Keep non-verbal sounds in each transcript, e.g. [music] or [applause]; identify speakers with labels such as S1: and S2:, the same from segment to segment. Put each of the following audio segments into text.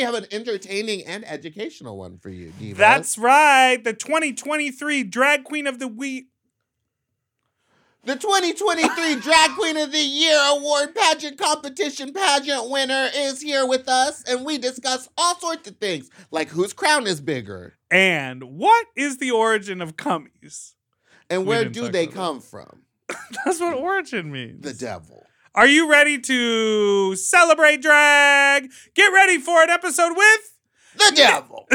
S1: have an entertaining and educational one for you, Diva.
S2: That's right. The 2023 Drag Queen of the Week.
S1: the 2023 Drag Queen of the Year Award pageant competition pageant winner is here with us, and we discuss all sorts of things like whose crown is bigger
S2: And what is the origin of cummies? [laughs]
S1: and
S2: We
S1: where
S2: didn't
S1: do
S2: talk
S1: they
S2: about
S1: come from.
S2: That's what origin means.
S1: The devil.
S2: Are you ready to celebrate drag? Get ready for an episode with
S1: The
S2: [laughs]
S1: devil.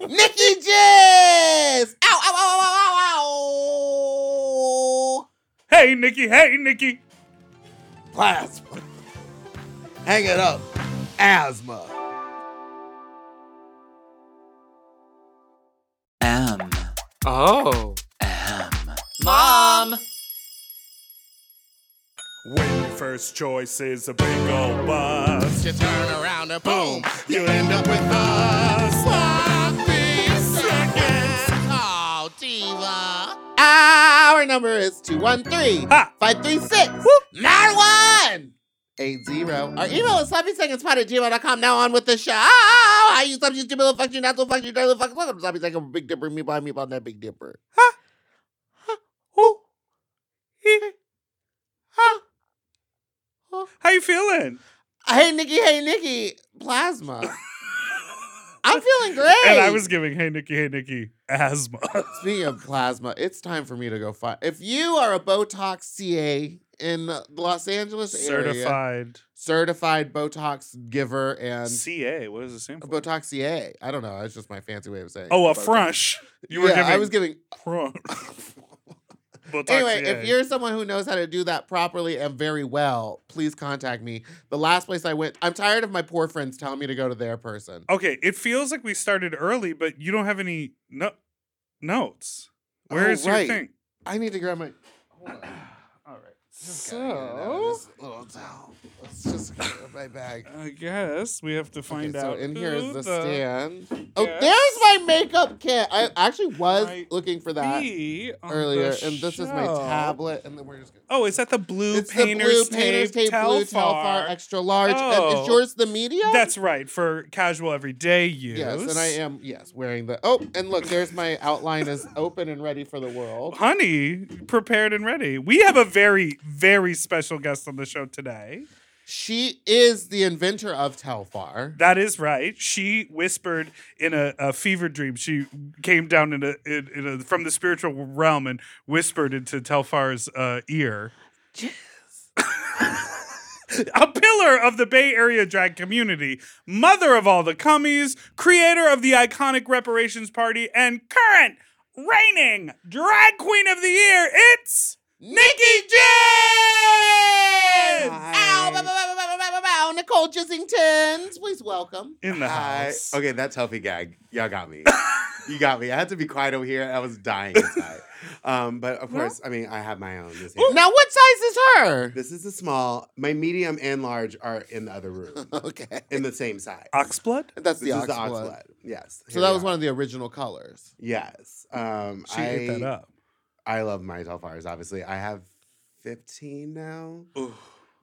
S1: Nikki Jess. Ow, ow, ow, ow, ow, ow,
S2: Hey Nikki, hey Nikki.
S1: ow. Plasma. Hang it up. Asthma.
S3: M.
S2: Oh.
S3: M.
S4: Mom!
S2: When your first choice is a big old bus,
S1: You turn around and boom.
S2: you end up with us.
S1: Oh, Diva. Our number is 213
S2: Ha.
S1: 536 91 80. Our email is sloppysecondspot at gmail.com. Now on with the show. I use something stupid, little fuck you, not so fuck you, dirty little fuck. Welcome to Sloppy Second, Big Dipper, meatball, meatball, that Big Dipper.
S2: Ooh. Hee. Ha. How you feeling?
S1: Hey, Nikki, hey, Nikki, plasma. [laughs] I'm feeling great.
S2: [laughs] And I was giving hey Nikki, hey Nikki
S1: [laughs]
S2: asthma.
S1: Speaking of plasma, it's time for me to go find. If you are a Botox CA in the Los Angeles area,
S2: Certified
S1: certified Botox giver and
S2: CA. What is the same?
S1: a Botox CA. I don't know. It's just my fancy way of saying.
S2: Oh, a
S1: Botox.
S2: frunch. You were
S1: yeah,
S2: giving
S1: I
S2: [laughs]
S1: was giving. [laughs]
S2: frunch. Botox
S1: Anyway, if
S2: CA.
S1: you're someone who knows how to do that properly and very well, please contact me. The last place I went, I'm tired of my poor friends telling me to go to their person.
S2: Okay, it feels like we started early, but you don't have any no- notes.
S1: Oh,
S2: Where's
S1: right.
S2: your thing?
S1: I need to grab my.
S2: [sighs] All right.
S1: Just gotta get it out of
S2: So
S1: this little towel. Let's just get it in my bag.
S2: I guess we have to find
S1: so
S2: out.
S1: in here is
S2: who
S1: the, stand. Oh,
S2: guest-
S1: there's my makeup kit. I actually was
S2: Might
S1: looking for that
S2: be on the
S1: earlier, and this is my
S2: show.
S1: tablet, and then we're just gonna.
S2: Oh, is that the blue
S1: it's the
S2: painter's
S1: blue painter's
S2: tape,
S1: tape, blue Telfar
S2: Telfar?
S1: extra large. And
S2: Oh.
S1: is yours the medium?
S2: That's right for casual everyday use.
S1: yes, and I am yes wearing the. Oh, and look, there's my outline is open and ready for the world.
S2: Honey, prepared and ready. We have a very, very special guest on the show today.
S1: She is the inventor of Telfar.
S2: That is right. She whispered in a, a fever dream. She came down in a, in, in a from the spiritual realm and whispered into Telfar's uh, ear. [laughs] a pillar of the Bay Area drag community, mother of all the cummies, creator of the iconic reparations party, and current reigning drag queen of the year. It's
S1: Nikki Jens!
S2: Hi.
S1: Ow, bow, bow, bow, bow, bow, bow, bow, bow. Nicole Jissingtons, please welcome.
S2: in the
S5: Hi.
S2: house.
S5: Okay, that's healthy gag. Y'all got me. [laughs] you got me. I had to be quiet over here. I was dying inside. um, but of course, I mean, I have my own. This, here.
S1: Now, what size is her?
S5: this is a small. My medium and large are in the other room,
S1: [laughs] Okay.
S5: in the same size.
S2: Oxblood?
S1: That's the
S5: This is
S1: ox
S5: the ox
S1: blood.
S5: blood. Yes.
S1: So
S5: here
S1: that
S5: we
S1: was
S5: are.
S1: one of the original colors.
S5: Yes. Um,
S2: She
S5: I,
S2: ate that up.
S5: I love my Telfars, obviously. I have 15 now.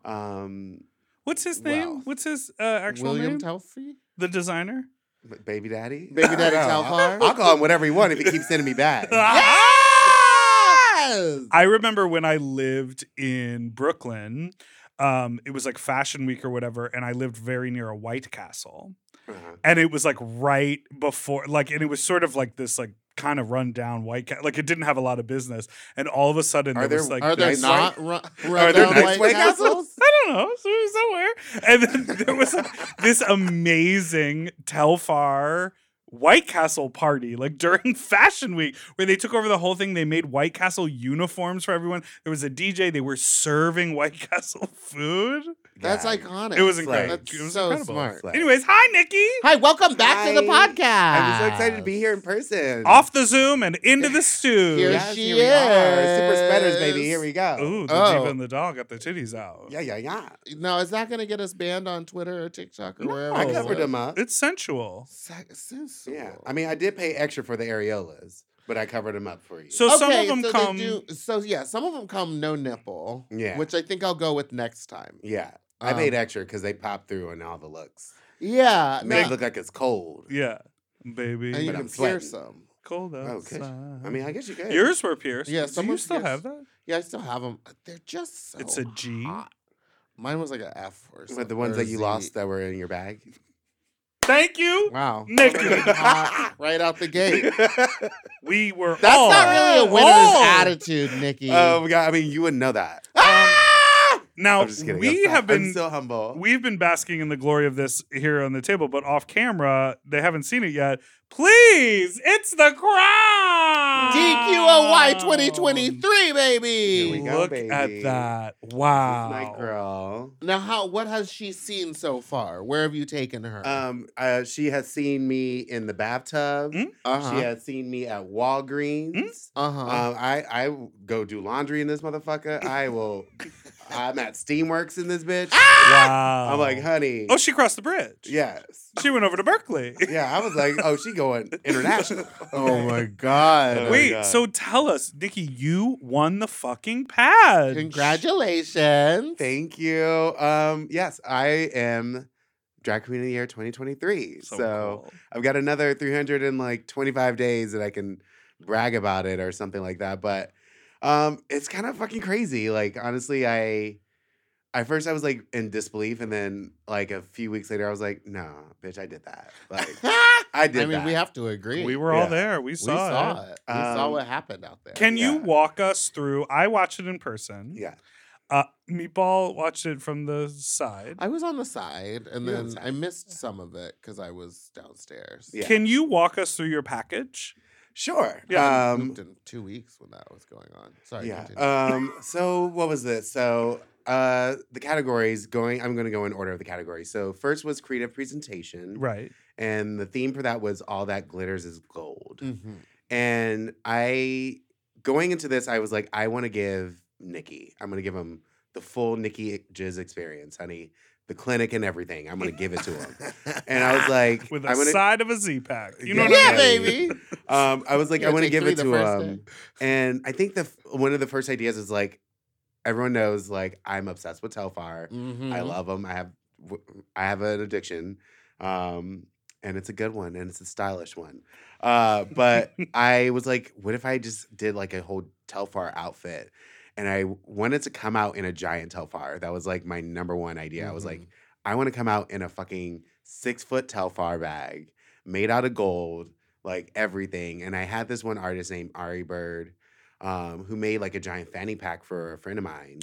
S5: Um,
S2: What's his name?
S5: Wow.
S2: What's his uh, actual
S1: William
S2: name?
S1: Telfree?
S2: the
S5: [laughs]
S2: designer?
S5: but baby daddy.
S1: Baby
S5: [laughs]
S1: daddy
S5: I don't know.
S1: Telfar?
S5: I'll call him whatever he wants if he keeps sending
S1: [laughs]
S5: me back.
S1: Ah! Yes!
S2: I remember when I lived in Brooklyn, um, it was like Fashion Week or whatever, and I lived very near a White Castle.
S5: Uh-huh.
S2: And it was like right before, like, and it was sort of like this, like, kind of run down White Castle. Like, it didn't have a lot of business. And all of a sudden,
S5: Are
S2: there was
S5: there-
S2: like,
S1: Are there [laughs]
S2: this-
S1: not run,
S2: Are there nice
S1: white
S5: white
S1: castles?
S2: I don't know, so- somewhere. And then [laughs] there
S5: [laughs]
S2: was like this amazing Telfar White Castle party, like during [laughs] Fashion Week, where they took over the whole thing. They made White Castle uniforms for everyone. There was a DJ. They were serving [laughs] White Castle food.
S1: That's
S5: Gag.
S1: iconic.
S2: It was
S5: Slay.
S2: incredible.
S1: That's
S2: It was
S1: so
S2: incredible.
S1: smart.
S5: Slay.
S2: Anyways, hi Nikki.
S1: Hi, welcome back to the
S5: Hi.
S1: podcast.
S5: I'm
S1: Ah.
S5: so excited to be here in person.
S2: Off the Zoom and
S1: [laughs]
S2: into the stew.
S1: Here
S5: Yes,
S1: she
S5: here we are. Super spreaders,
S1: is.
S5: baby. Here we go.
S2: Ooh, the
S1: Oh.
S2: diva and the dog got the titties out.
S5: Yeah, yeah, yeah.
S1: Now, is that going to get us banned on Twitter or TikTok or wherever?
S5: I
S2: Oh,
S5: covered them up.
S2: It's sensual.
S1: Sex- sensual.
S5: Yeah. I mean, I did pay extra for the areolas, but I covered them up for you.
S2: So some of them
S1: so they
S2: come.
S1: do- so yeah, some of them come no nipple.
S5: Yeah.
S1: Which I think I'll go with next time.
S5: yeah. I
S1: Um,
S5: paid extra because they pop through in all the looks.
S1: Yeah.
S5: Make
S1: no,
S5: it look like it's cold.
S2: Yeah, baby.
S1: and you
S5: but
S1: can oh,
S5: I'm sweating.
S1: pierce them.
S2: Cold
S5: okay.
S2: outside.
S5: I mean, I guess you could.
S2: yours were pierced.
S1: Yeah,
S2: Do
S1: some
S2: you
S1: of
S2: still
S1: yours-
S2: have that?
S1: Yeah, I still have them. They're just so
S2: It's a G.
S1: hot. Mine was like an F or something.
S5: But the ones
S1: or
S5: that you
S1: Z.
S5: lost that were in your bag.
S1: [laughs]
S2: Thank you. [laughs]
S1: Wow.
S2: Naked.
S1: Fucking
S5: [laughs]
S1: hot right out the gate.
S2: We were.
S1: That's
S2: all-
S1: not really a winner's
S2: all-
S1: attitude, Nikki. Um,
S5: Oh my god! I mean, you wouldn't know that.
S2: Now
S5: I'm just kidding.
S2: we
S5: I'm so-
S2: have been
S5: I'm so humble.
S2: we've been basking in the glory of this here on the table, but off camera they haven't seen it yet. Please, it's the crown.
S1: DQOY
S2: Um,
S1: 2023, baby.
S5: Here we go,
S2: Look at
S5: baby.
S2: that!
S5: This
S2: Wow.
S5: is my girl.
S1: Now, how? What has she seen so far? Where have you taken her?
S5: Um, uh, she has seen me in the bathtub.
S2: Mm.
S1: uh-huh.
S5: She has seen me at Walgreens.
S2: Mm-hmm.
S1: uh-huh.
S5: Um, I I w- go do laundry in this motherfucker. I will. I'm at Steamworks in this bitch.
S2: Wow.
S5: I'm like, honey.
S2: Ah! oh, she crossed the bridge.
S5: yes.
S2: She went over to Berkeley.
S5: Yeah, I was like, oh, she
S2: [laughs]
S5: going international.
S1: oh my god.
S5: [laughs] Oh,
S2: Wait,
S5: God.
S2: so tell us, Nikki, you won the fucking pad.
S1: Congratulations.
S5: uh, Thank you. Um, yes, I am Drag Queen of the Year 2023. So,
S2: cool.
S5: I've got another 300 and like 25 days that I can brag about it or something like that. But um, it's kind of fucking crazy. Like honestly, I I first I was like in disbelief, and then like a few weeks later, I was like, no, bitch, I did that.
S1: [laughs]
S5: Like I
S1: I
S5: did.
S1: mean,
S5: that.
S1: we have to agree.
S2: we were all
S5: Yeah.
S2: there. We
S1: We
S2: saw, it.
S1: saw it. We saw
S5: Um,
S1: what happened out there.
S2: Can you
S5: Yeah.
S2: walk us through? I watched it in person.
S5: Yeah.
S2: Uh, Meatball watched it from the side.
S5: Uh,
S1: I was on the side, and
S5: You were on
S1: then
S5: the
S1: I missed some of it because I was downstairs.
S5: Yeah.
S2: Can you walk us through your package?
S1: I
S5: Sure.
S2: Yeah.
S1: hadn't
S5: Um,
S1: pooped in two weeks when that was going on. Sorry.
S5: yeah.
S1: continue.
S5: Um, so what was this? So uh, the categories going. I'm going to go in order of the categories. So first was creative presentation,
S2: Right.
S5: and the theme for that was all that glitters is gold.
S1: Mhm.
S5: And I, going into this, I was like, I want to give Nikki, I'm going to give him the full Nikki Jizz experience, honey, the clinic and everything. I'm going to give it to him.
S1: [laughs]
S5: and I was like,
S2: With a
S5: I'm gonna,
S2: side of a Z pack. You know
S5: Yeah.
S2: what I
S1: yeah,
S2: mean?
S1: baby.
S5: um, I was like,
S1: Yeah,
S5: I want to
S1: take
S5: give
S1: three
S5: it
S1: the
S5: to
S1: first
S5: him. And I think the f- one of the first ideas is like, everyone knows, like, I'm obsessed with Telfar.
S1: Mhm.
S2: Mm-hmm.
S5: I love them. I have w- I have an addiction, um, and it's a good one, and it's a stylish one. Uh, but I was like, what if I just did like a whole Telfar outfit? And I w- wanted to come out in a giant Telfar. That was like my number one idea. I was like,
S1: Mhm.
S5: I want to come out in a fucking six foot Telfar bag made out of gold, like everything. And I had this one artist named Ari Bird, um, who made like a giant fanny pack for a friend of mine,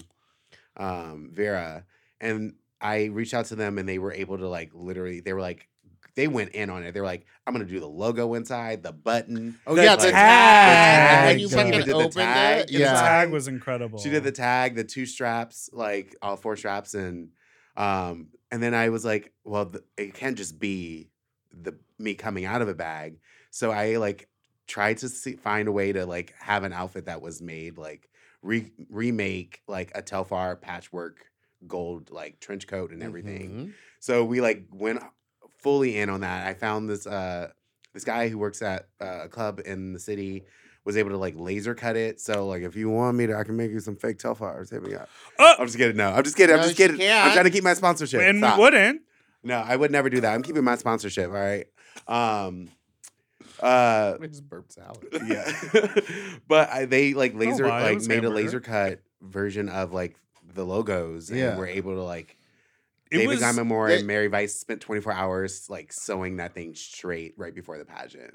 S5: um, Vera. And I reached out to them and they were able to like literally, they were like, they went in on it. They were like, I'm gonna do the logo inside, the button.
S1: Oh yeah, the
S5: like-
S1: tag. When you
S5: The tag.
S1: fucking
S5: Did the
S1: opened
S5: tag
S1: it,
S5: inside.
S2: The
S1: yeah.
S2: tag was incredible.
S5: She did the tag, the two straps, like all four straps, and um, and then I was like, well, th- it can't just be the me coming out of a bag. So I like tried to see, find a way to like have an outfit that was made like re- remake like a Telfar patchwork gold like trench coat and everything.
S1: Mhm.
S5: So we like went fully in on that. I found this uh this guy who works at uh, a club in the city was able to like laser cut it. So like if you want me to, I can make you some fake Telfars. Hit me up.
S2: Oh!
S5: I'm just kidding. No, I'm just kidding. I'm
S1: No,
S5: just
S1: she
S5: kidding. I'm
S1: can't.
S5: trying to keep my sponsorship.
S2: and
S5: Stop.
S2: we wouldn't.
S5: No, I would never do that. I'm keeping my sponsorship. All right. Um. Uh.
S1: I just burped salad.
S5: Yeah. [laughs] but I, they like laser
S2: lie, it
S5: like
S2: was
S5: made a
S2: hamburger.
S5: laser cut version of like the logos
S1: Yeah.
S5: and were able to like
S2: It
S5: David
S2: was
S5: Guy Moore
S1: they-
S5: and Mary Vice spent 24 hours like sewing that thing straight right before the pageant.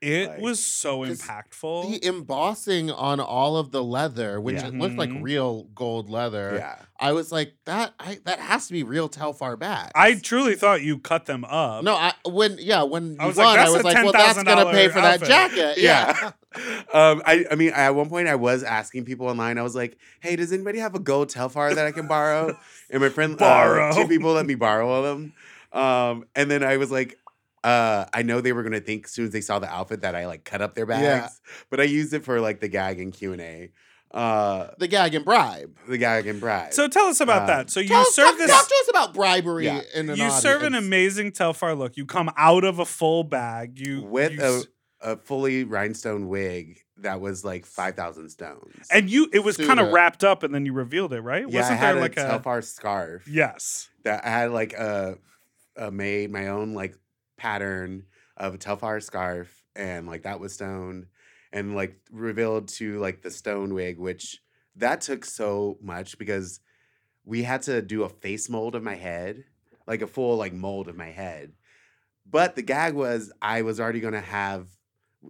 S2: it
S5: like-
S2: was so
S1: 'Cause
S2: impactful.
S1: The embossing on all of the leather, which
S5: Yeah.
S1: it looked like
S2: Mhm.
S1: real gold leather,
S5: Yeah.
S1: I was like, that I, that has to be real Telfar bags.
S2: I truly thought you cut them up.
S1: no, I when yeah when you
S2: I was like,
S1: won, I
S2: that's
S1: was
S2: a
S1: like, well, that's gonna pay for that
S2: $10,000
S1: jacket. Yeah,
S5: [laughs] um, I, I mean, at one point I was asking people online, I was like, hey, does anybody have a gold Telfar that I can [laughs] borrow? and my friend, uh,
S2: Borrow.
S5: two people [laughs] let me borrow them. Um, and then I was like, uh, I know they were gonna think as soon as they saw the outfit that I like cut up their bags,
S1: Yeah.
S5: but I used it for like the gag and Q and A, uh,
S1: the gag and bribe.
S5: the gag and bride.
S2: So tell us about
S5: Um,
S2: that. So you
S1: Tell us-
S2: serve
S1: talk,
S2: this.
S1: talk to us about bribery.
S5: Yeah.
S1: In an
S2: you serve an
S1: audience.
S2: amazing Telfar look. You come out of a full bag. You
S5: with
S2: you
S5: a,
S2: s-
S5: a fully rhinestone wig that was like 5,000 stones.
S2: And you, it was kind of
S1: Suda.
S2: wrapped up, and then you revealed it, right?
S5: yeah, I had a Telfar scarf.
S2: yes?
S5: that I had like a, a made my own like pattern of a Telfar scarf, and like that was stoned, and like revealed to like the stone wig, which that took so much because we had to do a face mold of my head, like a full like mold of my head. But the gag was I was already gonna have,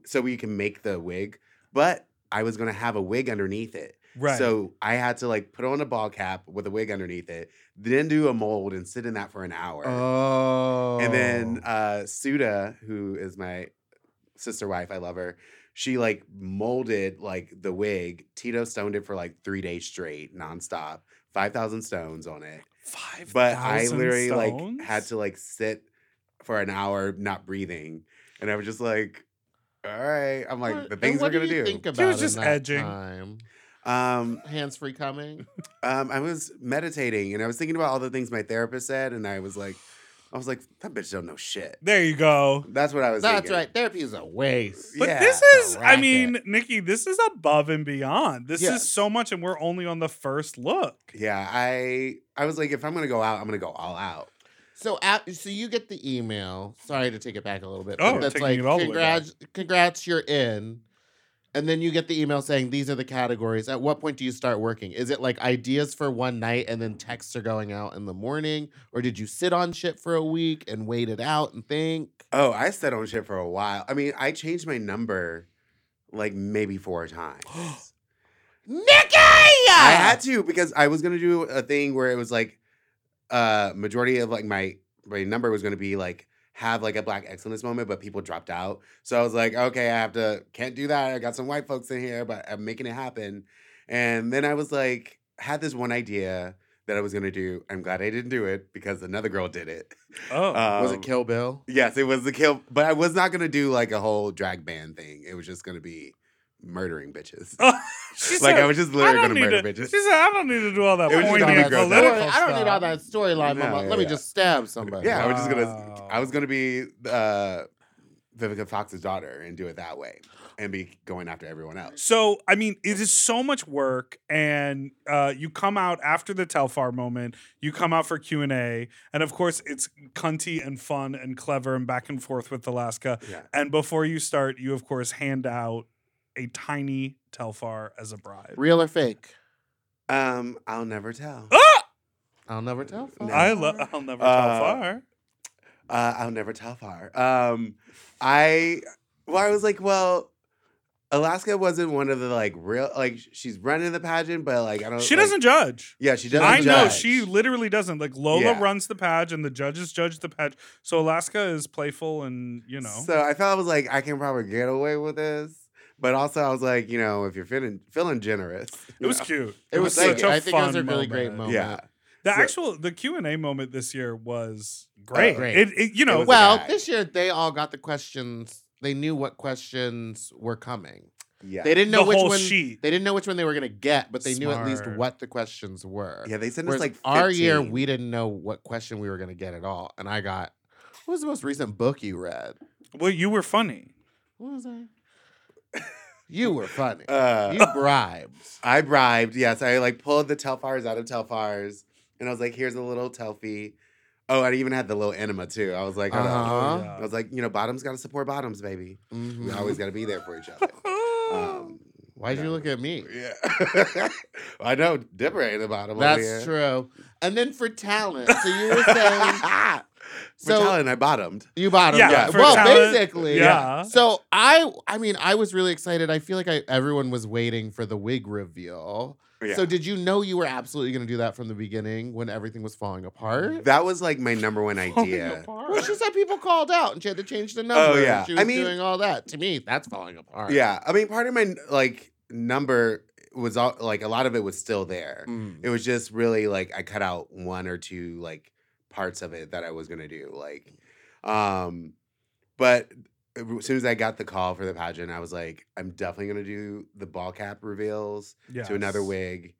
S5: so we can make the wig, but I was gonna have a wig underneath it.
S2: Right.
S5: So I had to like put on a ball cap with a wig underneath it, then do a mold and sit in that for an hour.
S1: Oh.
S5: And then uh Suda, who is my sister wife, I love her. She like molded like the wig. Tito stoned it for like three days straight, nonstop, five thousand stones on it.
S2: five.
S5: But I literally like had to like sit for an hour not breathing, and I was just like, "All right." I'm like,
S1: What-
S5: "The
S1: and
S5: things we're
S1: what do
S5: gonna
S1: you
S5: do."
S1: Think about
S2: was just
S1: in that
S2: edging.
S1: Time?
S5: um,
S1: Hands free coming.
S2: [laughs]
S5: Um, I was meditating and I was thinking about all the things my therapist said, and I was like, I was like, that bitch don't know shit.
S2: There you go.
S5: That's what I was.
S1: That's
S5: thinking.
S1: right. Therapy is a waste.
S2: But
S5: Yeah,
S2: this
S1: it's a
S2: is, I
S1: racket.
S2: mean, Nikki, this is above and beyond. This
S5: Yeah.
S2: is so much, and we're only on the first look.
S5: Yeah, I I was like, if I'm gonna go out, I'm gonna go all out.
S1: So, at, so you get the email. Sorry to take it back a little bit.
S2: Oh,
S1: but that's
S2: taking
S1: like
S2: it all the way back.
S1: congrats, congrats, you're in. And then you get the email saying these are the categories. At what point do you start working? Is it like ideas for one night and then texts are going out in the morning, or did you sit on shit for a week and wait it out and think?
S5: Oh, I sat on shit for a while. I mean, I changed my number like maybe four times.
S1: Nikki,
S5: I had to because I was gonna do a thing where it was like, uh, majority of like my my number was gonna be like have like a black excellence moment, but people dropped out. So I was like, okay, I have to can't do that. I got some white folks in here, but I'm making it happen. And then I was like, had this one idea that I was gonna do. I'm glad I didn't do it because another girl did it.
S2: [laughs] Oh,
S1: Was
S5: Um,
S1: it Kill Bill?
S5: Yes, it was the kill. But I was not gonna do like a whole drag band thing. It was just gonna be murdering bitches.
S2: Oh, She said,
S5: like I was just literally
S2: don't
S5: gonna
S2: need
S5: murder
S2: to-
S5: bitches.
S2: She said, "I don't need to do all that
S5: It was just
S2: pointy
S5: on
S2: and
S5: that gross
S2: political
S1: I don't need all that storyline.
S5: No,
S1: mama. Let me
S5: yeah.
S1: just stab somebody.
S5: Yeah, I was just gonna.
S2: Wow.
S5: I was gonna be uh, Vivica Fox's daughter and do it that way, and be going after everyone else.
S2: So, I mean, it is so much work, and uh, you come out after the Telfar moment. You come out for Q and A, and of course, it's cunty and fun and clever and back and forth with Alaska.
S5: Yeah.
S2: And before you start, you of course hand out a tiny Telfar as a bribe.
S1: Real or fake?
S5: Um, I'll never tell.
S1: I'll never tell.
S5: No.
S2: Ah! I love. I'll never
S5: Uh,
S2: Telfar.
S5: Uh, I'll never tell far. Um, I well, I was like, well, Alaska wasn't one of the like real like sh- she's running the pageant, but like I don't.
S2: She
S5: uh, like-
S2: doesn't judge.
S5: Yeah, she doesn't.
S2: I know
S5: judge.
S2: she literally doesn't. Like Lola
S5: Yeah.
S2: runs the page, and the judges judge the page. So Alaska is playful, and you know.
S5: So I felt I was like, I can probably get away with this. But also, I was like, you know, if you're feeling feeling generous,
S2: it was cute.
S1: It was
S2: such
S1: cute.
S2: a
S1: I think it was
S2: fun
S1: a really great moment.
S5: yeah.
S2: The
S5: So- Oh,
S2: actual the Q and A moment this year was great.
S1: great.
S2: It, it- you know
S5: was-
S2: well,
S1: Well,
S5: guy.
S1: this year they all got the questions. They knew what questions were coming.
S5: Yeah.
S1: They didn't know
S2: the
S1: which
S2: whole
S1: one.
S2: sheet.
S1: They didn't know which one they were gonna get, but they knew at least
S2: Smart.
S1: what the questions were.
S5: Yeah, they sent us
S1: Whereas
S5: like 15.
S1: our year, we didn't know what question we were gonna get at all, and I got. What was the most recent book you read?
S2: Well, you were funny.
S1: What was I? you were funny.
S5: uh,
S1: you bribed.
S5: I bribed. Yes, I like pulled the Telfars out of Telfars, and I was like, "Here's a little Telfie." Oh, I even had the little enema too. I was like, hold on.
S1: Uh-huh.
S5: I was like, you know, bottoms got to support bottoms, baby. We
S1: Mhm.
S5: always got to be there for
S1: [laughs]
S5: each other. Um,
S1: Why'd you
S5: yeah.
S1: look at me?
S5: Yeah, [laughs] I know. Dipper ain't the bottom. over here.
S1: That's true. And then for talent, so you were saying
S5: [laughs] For
S1: So-
S5: talent, I bottomed.
S1: you bought them.
S2: Yeah,
S5: yeah,
S2: for
S1: Well,
S2: talent,
S1: basically.
S2: yeah.
S1: So I, I mean, I was really excited. I feel like I, everyone was waiting for the wig reveal.
S5: Yeah.
S1: So did you know you were absolutely going to do that from the beginning when everything was falling apart?
S5: that was like my
S1: [laughs]
S5: number one idea.
S1: Well, she said people called out and she had to change the number. and
S5: Oh, yeah.
S1: she was
S5: I mean-
S1: doing all that. To me, that's falling apart.
S5: Yeah, I mean, part of my like number was all like a lot of it was still there.
S1: Mm.
S5: It was just really like I cut out one or two like parts of it that I was gonna do. Like, um, but as soon as I got the call for the pageant, I was like, I'm definitely gonna do the ball cap reveals to another
S2: Yes.
S5: wig,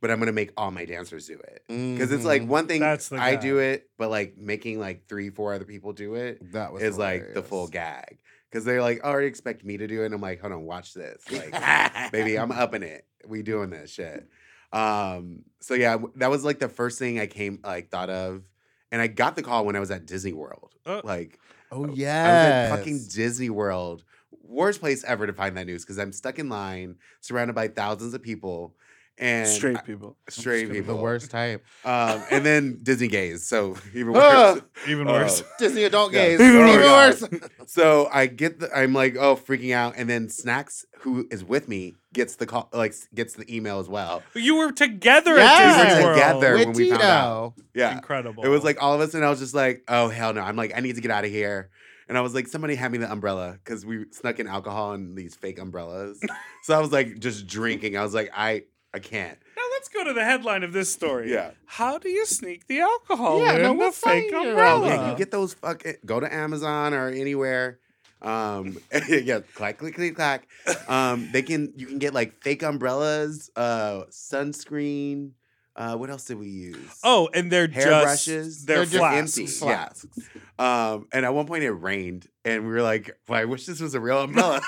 S5: but I'm gonna make all my dancers do it because it's like
S1: Mhm.
S5: one thing
S2: That's the
S5: I do
S2: gag.
S5: it, but like making like three, four other people do it
S1: that was
S5: is like the full
S1: hilarious.
S5: gag. because they're like, "Oh, they expect me to do it." And I'm like, "Hold on, watch this, like, baby, I'm upping it. We doing this shit." Um, so yeah, w- that was like the first thing I came like thought of, and I got the call when I was at Disney World.
S2: Oh.
S5: Like,
S1: [laughs] Oh
S5: I
S1: yeah.
S5: was at fucking Disney World. Worst place ever to find that news because I'm stuck in line, surrounded by thousands of people, and
S2: Straight people.
S5: straight people.
S1: the worst type.
S5: Um, and then Disney gays, so [laughs] even
S1: Ah!
S5: worse.
S2: Even
S5: Uh,
S2: worse.
S1: [laughs]
S6: Disney adult
S5: Yeah.
S6: gays.
S2: Even
S6: Even
S5: worse.
S6: worse.
S5: so I get the, I'm like, oh, freaking out. And then Snacks, who is with me, gets the call, like gets the email as well.
S2: You were together
S1: Yes.
S2: at Disney
S5: Oh. We were
S2: World.
S5: together.
S1: With
S5: when we found out.
S1: Tito.
S5: Yeah.
S2: Incredible.
S5: It was like all of a sudden I was just like, oh hell no. I'm like, I need to get out of here. And I was like, somebody hand me the umbrella because we snuck in alcohol in these fake umbrellas. so I was like just drinking. I was like, I I can't.
S2: now let's go to the headline of this story.
S5: Yeah.
S2: How do you sneak the alcohol
S6: Yeah,
S2: in
S6: no,
S2: the
S6: what's
S2: fake
S6: saying you're
S2: umbrella?
S6: okay?
S5: Oh, Yeah, you get those fucking go to Amazon or anywhere. Um [laughs] yeah, clack, click, click, clack. Um, they can you can get like fake umbrellas, uh sunscreen. Uh what else did we use?
S2: Oh, and they're just
S5: Hairbrushes.
S2: they're,
S5: They're
S2: flat.
S5: just empty.
S1: Flasks.
S5: Um, and at one point it rained, and we were like, well, I wish this was a real umbrella.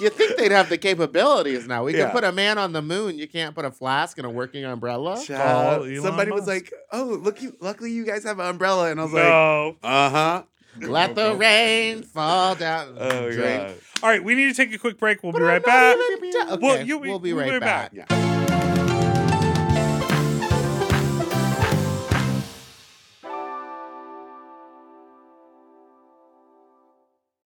S1: You think they'd have the capabilities now? We
S5: Yeah.
S1: can put a man on the moon. You can't put a flask and a working umbrella.
S5: Child,
S2: Elon
S5: somebody was
S2: Musk.
S5: like, "Oh, look! You, luckily, you guys have an umbrella." And I was like,
S2: No.
S5: "Uh huh."
S1: Let
S2: [laughs]
S1: the rain fall down.
S5: [laughs] Oh
S1: Drink.
S5: god.
S2: All right, we need to take a quick break. We'll
S1: But
S2: be
S1: I'm
S2: right
S1: not
S2: back.
S1: even done. Okay,
S2: Well, you-
S1: we'll be
S2: we'll
S1: right,
S2: be
S1: back.
S2: right back.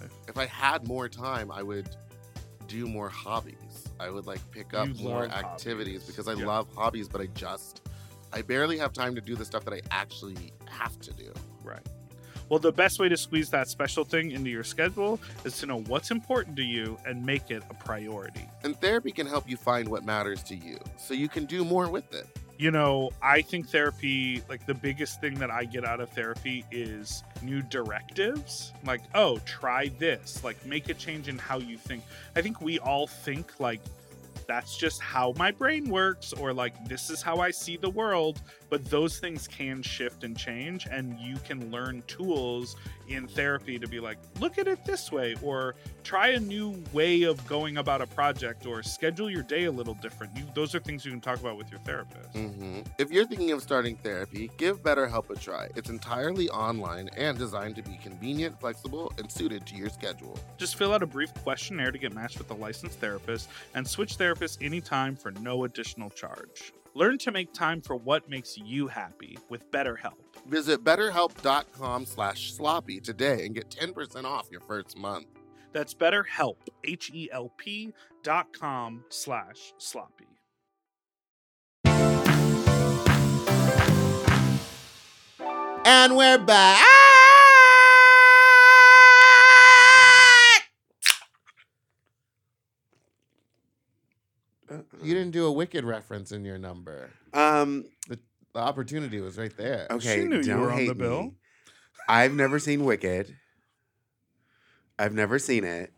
S2: life?
S6: If I had more time, I would do more hobbies. I would like pick up
S2: You
S6: more
S2: love
S6: activities
S2: hobbies.
S6: because I
S2: Yeah.
S6: love hobbies, but I just I barely have time to do the stuff that I actually have to do.
S2: Right. Well, the best way to squeeze that special thing into your schedule is to know what's important to you and make it a priority.
S6: And therapy can help you find what matters to you so you can do more with it.
S2: you know, I think therapy, like the biggest thing that I get out of therapy is new directives. Like, oh, try this. Like, make a change in how you think. I think we all think like that's just how my brain works or like this is how I see the world. But those things can shift and change. And you can learn tools in therapy to be like, look at it this way or try a new way of going about a project or schedule your day a little different. You, those are things you can talk about with your therapist.
S6: hmm If you're thinking of starting therapy, give BetterHelp a try. It's entirely online and designed to be convenient, flexible, and suited to your schedule.
S2: Just fill out a brief questionnaire to get matched with a licensed therapist and switch therapists anytime for no additional charge. Learn to make time for what makes you happy with BetterHelp.
S6: Visit betterhelp.com slash sloppy today and get 10% off your first month.
S2: That's BetterHelp, H-E-L-P dot com slash sloppy.
S1: And we're back. You didn't do a wicked reference in your number.
S5: Um.
S1: The opportunity was right there.
S5: Okay.
S2: knew you
S5: don't
S2: were on the
S5: hate
S2: bill.
S5: me. I've never seen Wicked. I've never seen it.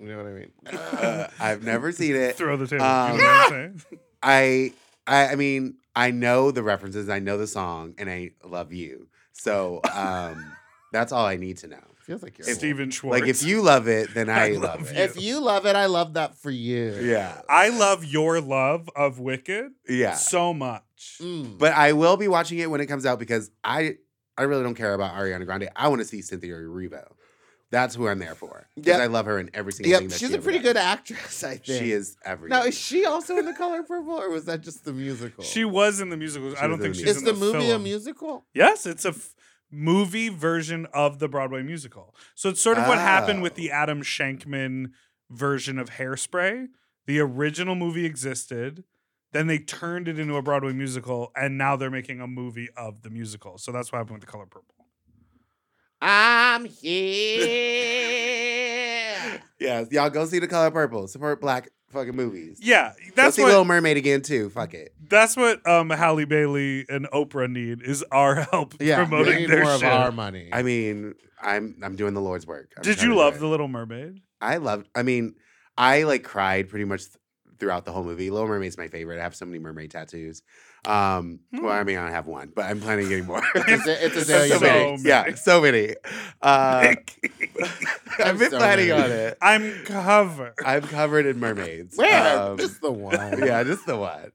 S1: You know what I mean?
S2: [laughs]
S5: Uh, I've never seen it.
S2: Throw the table.
S5: Um,
S2: you know what I'm saying?
S5: [laughs] I, I I mean, I know the references, I know the song, and I love you. So um
S2: [laughs]
S5: that's all I need to know.
S1: Feels like you're
S2: Steven Schwartz.
S5: Like if you love it, then I,
S2: I
S5: love,
S2: love
S5: it.
S1: If you love it, I love that for you.
S5: Yeah.
S2: I love your love of Wicked
S5: Yeah.
S2: so much.
S1: Mm.
S5: But I will be watching it when it comes out because I I really don't care about Ariana Grande. I want to see Cynthia Erivo. That's who I'm there for. Because
S1: Yep.
S5: I love her in every single thing
S1: Yep,
S5: that
S1: she's
S5: she
S1: a
S5: ever
S1: pretty
S5: does.
S1: good actress, I think.
S5: She is everything.
S1: Now, is she also in The Color Purple, or was that just the musical?
S2: She was in the musicals.
S5: She
S2: I don't
S5: was in
S2: think
S5: the
S2: she's
S1: is
S2: in
S1: the,
S2: the,
S1: movie a
S2: film.
S1: musical?
S2: Yes, it's a f- movie version of the Broadway musical. So it's sort of what happened with
S5: Oh.
S2: the Adam Shankman version of Hairspray. The original movie existed, then they turned it into a Broadway musical, and now they're making a movie of the musical. So that's what happened
S1: [laughs]
S2: with the color purple.
S1: I'm here.
S5: Yes, y'all go see The Color Purple. Support black fucking movies.
S2: Yeah,
S5: Go
S2: that's
S5: see
S2: what
S5: Little Mermaid again too. Fuck it.
S2: that's what um Halle Bailey and Oprah need is our help
S5: Yeah, we
S2: promoting
S1: We need
S2: their
S1: more
S2: shit.
S1: of our money.
S5: I mean, I'm I'm doing the Lord's work. I'm
S2: Did
S5: trying to
S2: you
S5: do
S2: love
S5: it.
S2: The Little Mermaid?
S5: I loved. I mean, I like cried pretty much th- throughout the whole movie. Little Mermaid's my favorite. I have so many mermaid tattoos. Um, Well, I mean, I have one, but I'm planning on getting more.
S1: it's a, it's a
S2: That's
S5: so
S1: daily
S2: so
S1: thing.
S5: many.
S1: [laughs]
S5: Yeah, so many. Uh, [laughs] I've been
S1: so
S5: planning
S1: many.
S5: on it.
S2: I'm covered.
S5: I'm covered in mermaids.
S1: Where?
S5: Um,
S1: Just the one.
S5: yeah, just the one.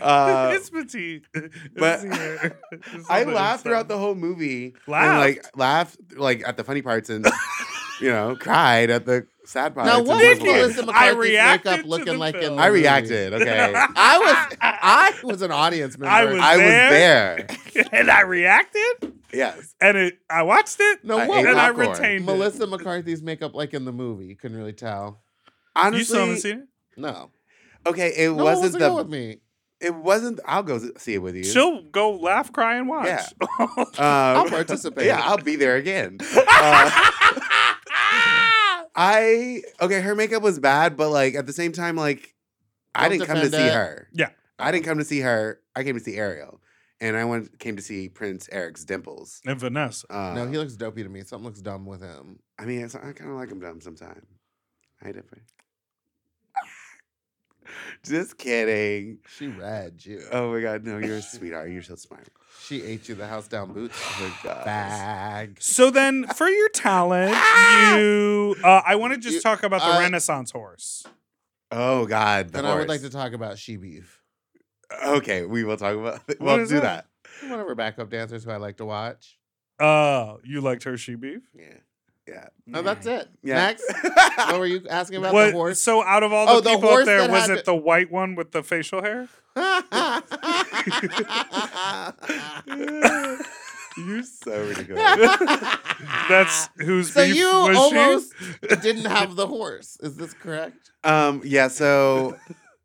S5: Uh,
S2: [laughs] it's petite.
S5: but-
S1: [laughs]
S2: It's here. It's
S5: I
S2: little
S5: laughed throughout
S2: stuff.
S5: the whole movie. And
S2: Laughed?
S5: like laughed like at the funny parts and you know, cried at the sad parts.
S1: Now,
S5: and
S1: what was
S5: wonderful
S2: Nikki,
S5: parts.
S1: Melissa
S2: I
S1: McCarthy's
S2: reacted
S1: makeup
S2: to
S1: looking
S2: the
S1: like? In
S2: film.
S1: the
S5: I
S1: movie? [laughs]
S5: reacted, okay.
S2: [laughs]
S1: I was I was an audience member.
S2: I was-
S5: I was
S2: there?
S5: there.
S1: [laughs]
S2: [laughs] and I reacted,
S5: Yes.
S2: and it, I watched it,
S1: no
S5: I
S1: what?
S5: ate
S2: and I
S5: popcorn.
S2: retained it.
S1: Melissa McCarthy's makeup like in the movie. You couldn't really tell.
S5: Honestly,
S2: you still haven't seen it?
S1: No,
S5: okay, it
S1: no one wants to
S5: wasn't the
S1: go with me.
S5: it wasn't I'll go see it with you.
S2: She'll go laugh, cry, and watch.
S5: Yeah. Um,
S2: [laughs]
S1: I'll participate.
S5: Yeah, I'll be there again. Uh, I okay, her makeup was bad, but like at the same time, like I
S1: Don't
S5: didn't come to
S1: defend
S5: see
S1: it.
S5: her.
S2: Yeah.
S5: I didn't come to see her. I came to see Ariel, and I went came to see Prince Eric's dimples.
S2: [laughs] and Vanessa.
S5: Uh,
S1: no, he looks dopey to me. Something looks dumb with him.
S5: I mean, it's, I kind of like him dumb sometimes. I different. [laughs] Just kidding.
S1: She read you.
S5: Oh my god, no,
S1: [laughs]
S5: you're a sweetheart. You're so smart.
S1: She ate you the house down boots.
S5: [sighs] Oh my god.
S1: Bag.
S2: So then, for
S1: [laughs]
S2: your talent, you uh, I want to just
S1: Ah! You-
S2: talk about the
S1: uh,
S2: Renaissance horse.
S5: Oh god. The
S1: And I would like to
S5: horse.
S1: talk about she beef.
S5: Okay, we will talk about. We'll
S2: is
S5: do
S2: that?
S5: that.
S1: One of her backup dancers who I like to watch.
S2: Uh, you liked her she beef?
S5: Yeah. Yeah.
S1: No, Oh, that's it.
S5: Oh, Yeah.
S1: Next, what were you asking about
S2: What-
S1: the
S5: [laughs]
S1: horse?
S2: So out of all
S1: Oh,
S2: the
S1: the
S2: people out
S1: horse
S2: there,
S1: that
S2: was
S1: had
S2: it
S1: to-
S2: the white one with the facial hair?
S5: You're so ridiculous.
S2: That's whose
S1: [laughs] Ah. so
S2: beef
S1: you
S2: was
S1: almost
S2: she?
S1: didn't have
S5: [laughs]
S1: the horse. Is this correct?
S5: [laughs] Um, yeah, so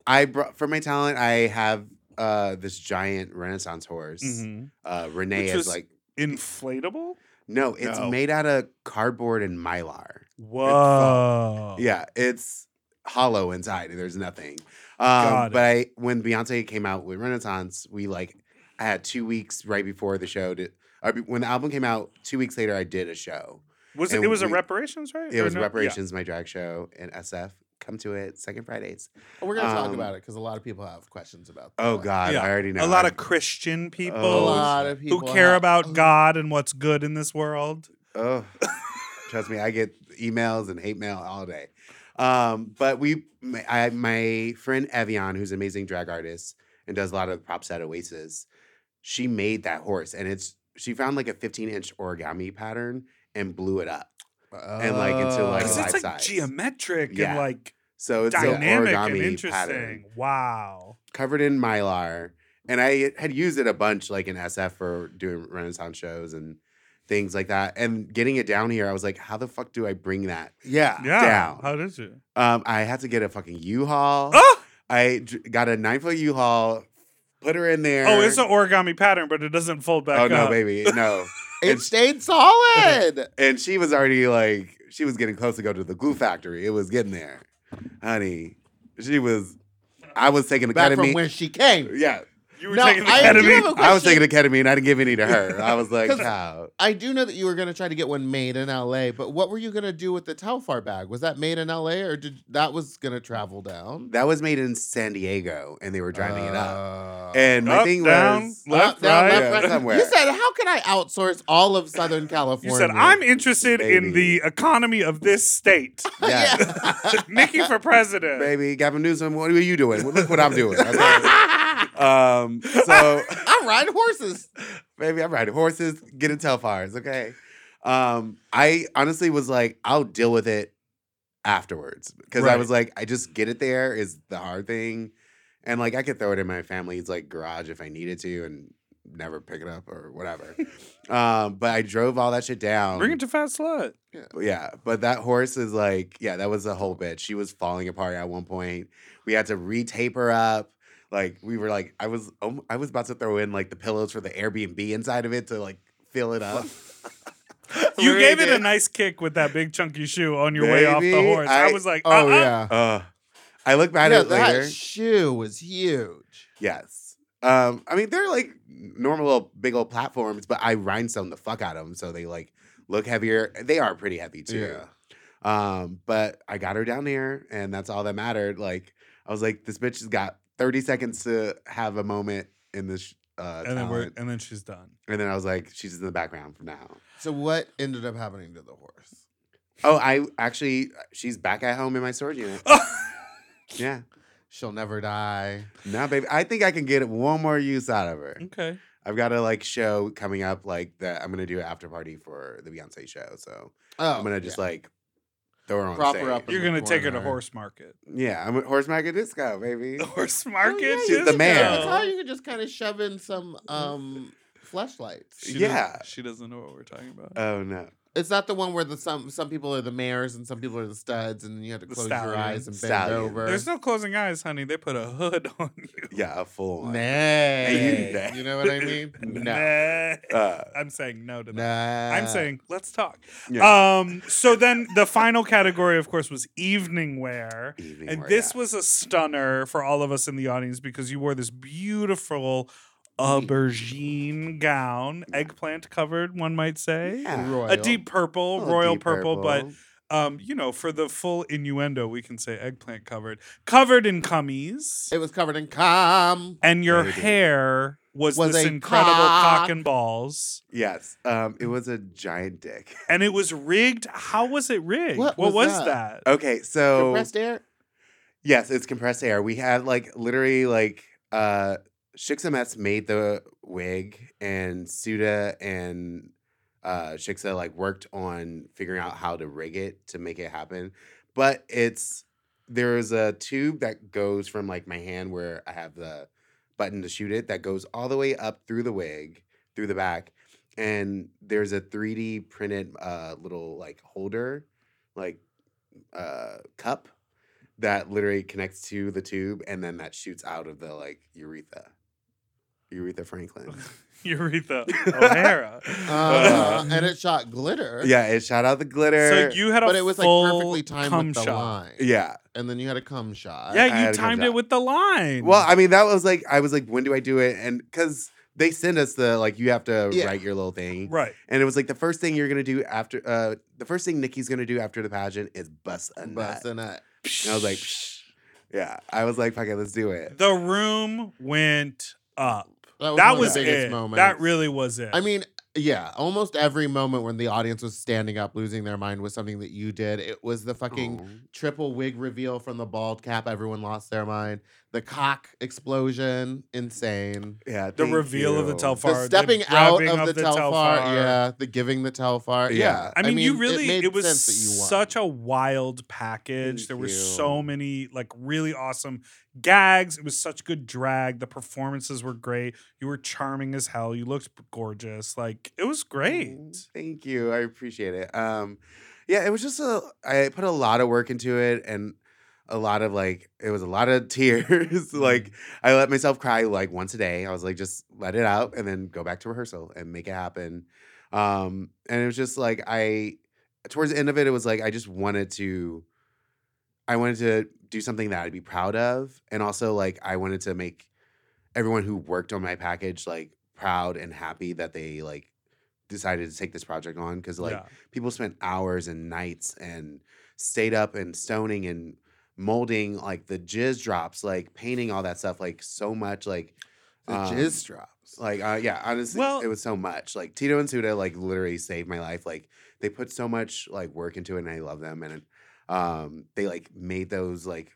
S5: I brought for my talent, I have uh this giant Renaissance horse.
S2: Mhm.
S5: Uh Renee
S2: Which
S5: is
S2: is-
S5: like
S2: Inflatable?
S5: no, it's
S2: No.
S5: made out of cardboard and mylar.
S2: Whoa.
S5: Yeah, it's hollow inside and there's nothing.
S2: Got
S5: Um
S2: it.
S5: but I when Beyonce came out with Renaissance, we like I had two weeks right before the show to or be- when the album came out, two weeks later I did a show.
S2: Was it,
S5: And
S2: it was a
S5: we-
S2: reparations, right?
S5: It
S2: Or
S5: was
S2: no? Yeah.
S5: reparations, my drag show in SF. Come to it, second Fridays.
S1: We're going to talk
S5: Um,
S1: about it because a lot of people have questions about that.
S5: Oh God,
S2: Yeah.
S5: I already
S2: A
S5: know.
S2: lot
S5: I'm-
S2: of Christian people
S1: A
S5: Oh.
S1: lot of people
S2: who care
S1: have-
S2: about God and what's good in this world.
S5: Oh, trust me, I get emails and hate mail all day. Um, but we, my, I, my friend Evian, who's an amazing drag artist and does a lot of props at Oasis, she made that horse, and it's she found like a 15 inch origami pattern and blew it up.
S1: Oh.
S5: and, like, into, like,
S2: Because
S5: a
S2: it's
S5: life
S2: like
S5: size.
S2: geometric and
S5: Yeah.
S2: like
S5: So it's an
S2: dynamic
S5: origami
S2: and interesting.
S5: pattern
S2: Wow.
S5: covered in mylar, and I had used it a bunch, like in SF for doing Renaissance shows and things like that. And getting it down here, I was like, how the fuck do I bring that? Yeah,
S2: Yeah.
S5: down.
S2: How did you?
S5: Um, I had to get a fucking U-Haul.
S2: Oh,
S5: I dr- got a nine foot U-Haul, put her in there.
S2: oh, it's an origami pattern, but it doesn't fold back
S5: oh
S2: up.
S5: no, baby,
S2: [laughs]
S5: no.
S1: It stayed solid.
S5: and she was already like, she was getting close to go to the glue factory. It was getting there, honey. She was. I was taking the
S1: Back from
S5: ketamine.
S1: where she came.
S5: Yeah,
S2: You were
S1: Now,
S2: taking the
S1: I do have
S2: ketamine.
S1: a
S5: I was
S1: question.
S5: taking the ketamine. I didn't give any to her. I was
S1: [laughs]
S5: like,
S1: 'Cause-
S5: child.
S1: I do know that you were going to try to get one made in LA, but what were you going to do with the Telfar bag? Was that made in LA or did that was going to travel down?
S5: That was made in San Diego, and they were driving it up.
S1: Uh,
S5: And my
S2: Up,
S5: thing
S2: down,
S1: [laughs]
S5: was,
S2: left,
S1: Up, down,
S2: right.
S1: left,
S5: Oh. Yeah,
S1: right.
S5: somewhere.
S1: You said, "How can I outsource all of Southern California?"
S2: You said,
S1: [laughs]
S2: I'm interested in
S5: Baby.
S2: the economy of this
S5: [laughs]
S2: state.
S5: yeah,
S2: Nikki for president.
S5: baby, Gavin Newsom, what are you doing? Look what I'm
S1: [laughs]
S5: doing. Okay. um,
S2: [laughs]
S5: so.
S1: [laughs] I ride horses.
S5: Baby, I'm riding horses, getting telfars, okay? Um, I honestly was like, I'll deal with it afterwards. Because I
S2: Right.
S5: was like, I just get it there is the hard thing. And like I could throw it in my family's like garage if I needed to and never pick it up or
S2: [laughs]
S5: whatever. um, but I drove all that shit
S2: [laughs]
S5: down.
S2: Bring it to Fat Slut.
S5: yeah. But that horse is like, yeah, that was a whole bitch. She was falling apart at one point. We had to retape her up. Like we were like, I was um, I was about to throw in like the pillows for the Airbnb inside of it to like fill it up.
S2: [laughs] You
S5: Really
S2: gave it a
S5: did.
S2: nice kick with that big chunky shoe on your way off the
S5: Baby,
S2: horse. I,
S5: I-
S2: was like,
S1: Oh
S2: uh-uh.
S1: yeah.
S5: Uh, I look back
S1: yeah
S5: at it later.
S1: that shoe was huge.
S5: yes. Um, I mean, they're like normal little big old platforms, but I rhinestone the fuck out of them. So they like look heavier. They are pretty heavy too.
S1: Yeah.
S5: Um, but I got her down there, and that's all that mattered. Like I was like, this bitch has got 30 seconds to have a moment in this. Uh,
S2: And then we're
S5: talent.
S2: and then she's [laughs] done.
S5: and then I was like, she's in the background for now.
S1: So what ended up happening to the horse?
S5: Oh, I actually, she's back at home in my storage unit. Yeah,
S1: She'll never die.
S5: no, baby, I think I can get one more use out of her.
S2: okay.
S5: I've got a like show coming up, like that I'm gonna do an after party for the Beyonce show, so
S1: Oh,
S5: I'm gonna just
S1: yeah.
S5: like throw her on
S1: Prop
S5: stage.
S1: her up.
S2: You're
S1: in the
S2: gonna take her to
S1: corner.
S2: horse market.
S5: Yeah, I'm a horse market disco, baby.
S2: Horse market?
S1: yeah,
S5: she's the man.
S1: That's
S5: Oh.
S1: how you could just kind of shove in some um flashlights.
S2: She
S5: Yeah.
S2: doesn't- she doesn't know what we're talking about.
S5: Oh no,
S1: It's not the one where the some some people are the mares and some people are the studs, and you have to
S2: The
S1: close your
S2: stallion.
S1: eyes and bend
S5: Stallion.
S1: over.
S2: There's no closing eyes, honey. They put a hood [laughs] on you.
S5: yeah, a full one.
S1: nay.
S5: You nay.
S1: You know what I
S2: [laughs]
S1: mean? No.
S2: Nah.
S5: Uh,
S2: I'm saying no to that.
S1: Nah.
S2: I'm saying let's talk.
S5: Yeah.
S2: Um, so then the final category, of course, was evening wear.
S5: evening
S2: And
S5: wear,
S2: this
S5: yeah.
S2: was a stunner for all of us in the audience because you wore this beautiful aubergine gown, eggplant covered, one might say.
S5: Yeah.
S1: royal.
S2: A deep purple,
S5: Oh,
S2: royal
S5: deep
S2: purple, but um, you know, for the full innuendo, we can say eggplant covered, covered in cummies,
S1: It was covered in cum.
S2: and your
S5: Baby.
S2: hair was,
S1: Was
S2: this
S1: a
S2: incredible cock
S1: cock.
S2: and balls.
S5: yes, um,
S2: Mm.
S5: it was a giant dick.
S2: and it was rigged. How was it rigged? What,
S1: What
S2: was,
S1: was
S2: that? [laughs]
S1: that?
S5: Okay, so
S1: Compressed air.
S5: Yes, it's compressed air. We had like literally like uh Shiksa Metz made the wig and Suda and uh Shiksa like worked on figuring out how to rig it to make it happen. But it's there is a tube that goes from like my hand where I have the button to shoot it that goes all the way up through the wig, through the back. And there's a 3D printed uh little like holder, like uh cup that literally connects to the tube and then that shoots out of the like urethra. Urethra Franklin. [laughs]
S1: [laughs]
S2: Urethra O'Hara.
S1: Uh, and it shot glitter.
S5: yeah, it shot out the
S2: so
S5: glitter.
S2: you had a
S1: But it was like
S2: full
S1: perfectly timed
S2: cum
S1: with the
S2: shot.
S1: line.
S5: yeah.
S1: And then you had a cum shot.
S5: I
S2: Yeah,
S5: had
S2: you
S5: a cum
S2: timed it
S5: shot.
S2: with the line.
S5: Well, I mean, that was like I was like, when do I do it? And because they send us the like, you have to
S1: Yeah.
S5: write your little thing,
S2: right.
S5: and it was like the first thing you're gonna do after uh the first thing Nikki's gonna do after the pageant is bust a nut.
S1: Bust a nut.
S5: And I was like, yeah, I was like, fuck it, let's do it.
S2: The room went up.
S1: That was,
S2: That
S1: one
S2: was
S1: of the biggest
S2: it.
S1: moments.
S2: That really was it.
S1: I mean, yeah, almost every moment when the audience was standing up, losing their mind, was something that you did. It was the fucking
S5: Aw.
S1: triple wig reveal from the bald cap. Everyone lost their mind. The cock explosion, insane.
S5: yeah,
S2: the
S5: thank
S2: reveal of the
S5: you.
S2: Telfar,
S1: the
S2: the
S1: stepping out
S2: grabbing
S1: of the, telfar, yeah. The giving the telfar, yeah.
S5: Yeah.
S2: I mean, you really,
S1: made
S2: it, was
S1: sense that you won.
S2: such a wild package.
S5: Thank
S2: there were
S5: you.
S2: so many, like, really awesome gags. It was such good drag. The performances were great. You were charming as hell. You looked gorgeous. Like, it was great.
S5: Mm, Thank you. I appreciate it. Um, yeah, it was just a. I put a lot of work into it, and a lot of like, it was a lot of [laughs] tears. like, I let myself cry like once a day. I was like, just let it out, and then go back to rehearsal and make it happen. Um, and it was just like I, towards the end of it, it was like I just wanted to. I wanted to do something that I'd be proud of, and also like I wanted to make everyone who worked on my package like proud and happy that they like decided to take this project on because like
S2: Yeah.
S5: people spent hours and nights and stayed up and stoning and molding like the jizz drops like painting all that stuff like so much like
S1: the
S5: um,
S1: jizz drops.
S5: like uh, yeah honestly
S2: Well-
S5: it was so much like tito and suda like literally saved my life like they put so much like work into it and i love them and um they like made those like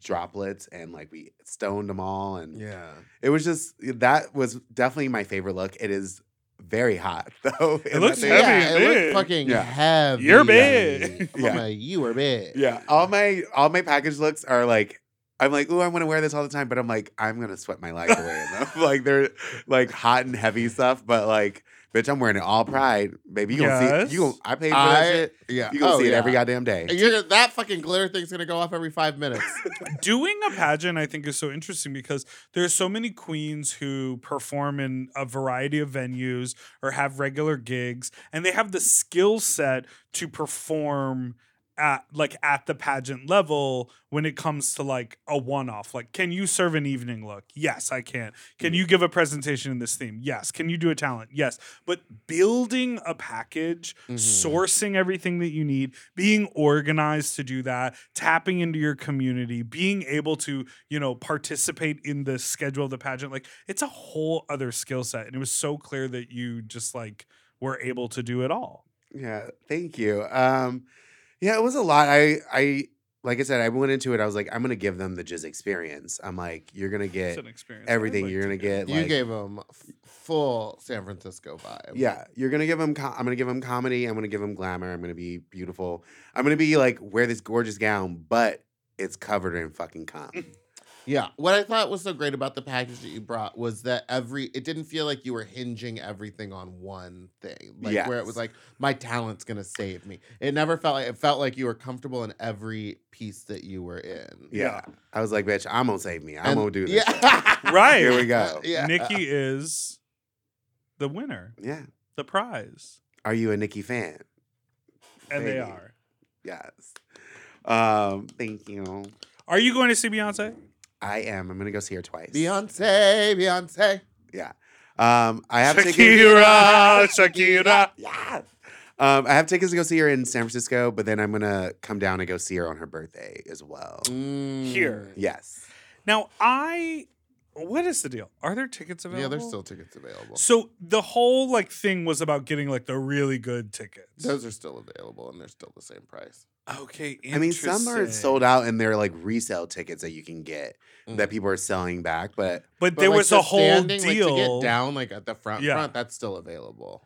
S5: droplets and like we stoned them all and
S1: yeah,
S5: it was just that was definitely my favorite look. It is very hot [laughs] though. in that
S2: looks
S5: thing.
S2: Heavy
S1: yeah.
S2: and
S1: It
S2: big.
S1: looked fucking
S5: Yeah.
S1: heavy.
S2: You're big.
S1: Oh
S5: Yeah.
S1: my, you were big.
S5: Yeah, all my all my package looks are like I'm like, ooh, I want to wear this all the time, [laughs] but I'm like, I'm gonna sweat my life away in them. like they're like hot and heavy stuff, but like Bitch, I'm wearing it all pride. Baby, you gonna
S2: Yes.
S5: see it. You gonna, I paid for that
S1: I,
S5: shit.
S1: yeah.
S5: You gonna
S1: Oh,
S5: see it
S1: yeah.
S5: every goddamn day.
S1: And you're, that fucking glitter thing's gonna go off every five minutes.
S2: [laughs] doing a pageant i think is so interesting because there's so many queens who perform in a variety of venues or have regular gigs and they have the skill set to perform at like at the pageant level when it comes to like a one-off like can you serve an evening look yes i can can you give a presentation in this theme yes can you do a talent yes but building a package sourcing everything that you need, being organized to do that, tapping into your community, being able to, you know, participate in the schedule of the pageant. Like it's a whole other skill set. And it was so clear that you just like were able to do it all.
S5: Yeah, thank you. Um, yeah, it was a lot. I, I, like I said, I went into it. I was like, I'm gonna give them the jizz experience. I'm like, you're gonna
S2: It's
S5: get
S2: an experience. I'd
S5: everything.
S2: like
S5: You're
S2: to
S5: gonna
S2: do.
S5: get.
S1: you
S5: [laughs] like,
S1: gave him full San Francisco vibe.
S5: Yeah, you're gonna give him. Com- I'm gonna give him comedy. I'm gonna give him glamour. I'm gonna be beautiful. I'm gonna be like wear this gorgeous gown, but it's covered in
S1: [laughs]
S5: fucking cum.
S1: Yeah. What I thought was so great about the package that you brought was that every it didn't feel like you were hinging everything on one thing. Like where it was
S5: Yes.
S1: like, my talent's gonna save me. It never felt like it felt like you were comfortable in every piece that you were in.
S5: Yeah. I was like, bitch, I'm gonna save me. I'm
S1: And-
S5: gonna do this. shit.
S1: Yeah. [laughs]
S2: Right.
S5: [laughs] Here we go.
S1: yeah.
S2: Nikki is the winner,
S5: Yeah.
S2: the prize.
S5: Are you a Nikki fan?
S2: And they
S5: Baby.
S2: are.
S5: Yes. Um, thank you.
S2: Are you going to see Beyonce?
S5: I am. I'm gonna go see her twice.
S1: Beyonce, Beyonce.
S5: Um, I have tickets. [laughs]
S2: Shakira, Shakira.
S5: Yeah. Um, I have tickets to go see her in San Francisco, but then I'm gonna come down and go see her on her birthday as well.
S2: Here.
S1: Mm.
S5: Yes.
S2: Now, I, what is the deal? Are there tickets available?
S1: Yeah, there's still tickets available.
S2: So the whole like thing was about getting like the really good tickets.
S1: Those are still available and they're still the same price.
S2: okay,
S5: I mean, some are sold out and they're like resale tickets that you can get that
S2: Mm.
S1: Mhm.
S5: people are selling back, but
S2: but,
S1: But,
S2: there
S1: like,
S2: was
S1: the
S2: a whole
S1: standing,
S2: deal.
S1: like, to get down like at the front
S2: Yeah.
S1: front. That's still available.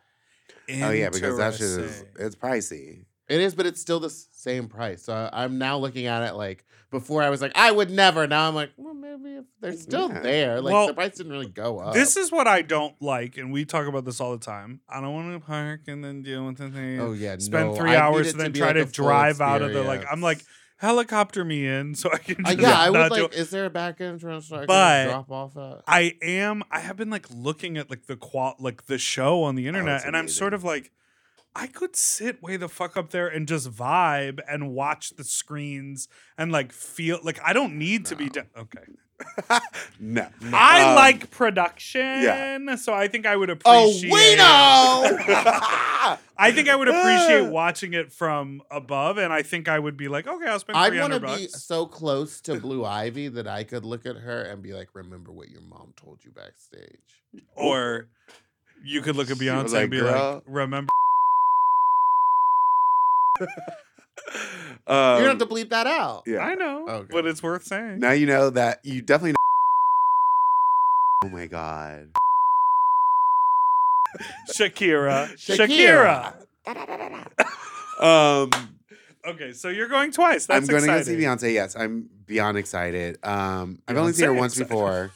S5: oh yeah, because that's just
S2: Interesting.
S5: it's pricey.
S1: It is, but it's still the s- same price. So I- I'm now looking at it like before I was like, I would never. Now I'm like, well, maybe if they're still
S5: Yeah.
S1: there. Like
S2: Well,
S1: the price didn't really go up.
S2: This is what I don't like, and we talk about this all the time. I don't want to park and then deal with the thing.
S1: oh yeah,
S2: spend
S1: no,
S2: three
S1: I need
S2: hours
S1: it
S2: and then
S1: be,
S2: try
S1: like,
S2: to
S1: a full
S2: drive out of the, like,
S1: experience.
S2: I'm like, [laughs] Helicopter me in so I can.
S1: Uh,
S2: Just
S1: yeah, I would
S2: not do
S1: like. Is there a back entrance so I can
S2: But-
S1: drop off at?
S2: I am. I have been like looking at like the qual, like the show on the
S1: Oh,
S2: internet,
S5: it's
S2: and I'm sort
S5: amazing.
S2: of like, I could sit way the fuck up there and just vibe and watch the screens and like feel like I don't need to be.
S5: No.
S2: Da- okay,
S5: No.
S2: [laughs] I
S5: Um, [laughs]
S2: like production, so I think I would
S1: Oh,
S2: appreciate.
S1: we [laughs]
S2: [laughs]
S1: know.
S2: I think I would appreciate
S5: [laughs] Ah.
S2: watching it from above, and I think I would be like, okay, [laughs] I'll spend
S1: I'd
S2: three
S1: want to
S2: hundred
S1: be
S2: bucks.
S1: so close to Blue Ivy that I could look at her and be like, "Remember what your mom told you backstage."
S2: Or you could look at
S5: She was
S2: Beyonce
S5: like,
S2: and be
S5: "Girl."
S2: like, remember.
S5: Um,
S1: you
S2: Um,
S1: don't have to
S5: [laughs]
S1: bleep that out.
S5: yeah.
S2: I know,
S1: Okay.
S2: but it's worth saying.
S5: [laughs] Now you know that you definitely. [laughs] Know- oh
S2: [laughs]
S5: my god.
S2: [laughs]
S5: [laughs]
S2: Shakira. Shakira.
S1: Shakira.
S5: Um,
S2: Okay, so you're going twice. That's
S5: I'm going to go see
S2: exciting.
S5: Beyonce. Yes, I'm beyond excited. Um, I've only
S2: Beyonce
S5: seen her once
S2: excited.
S5: before.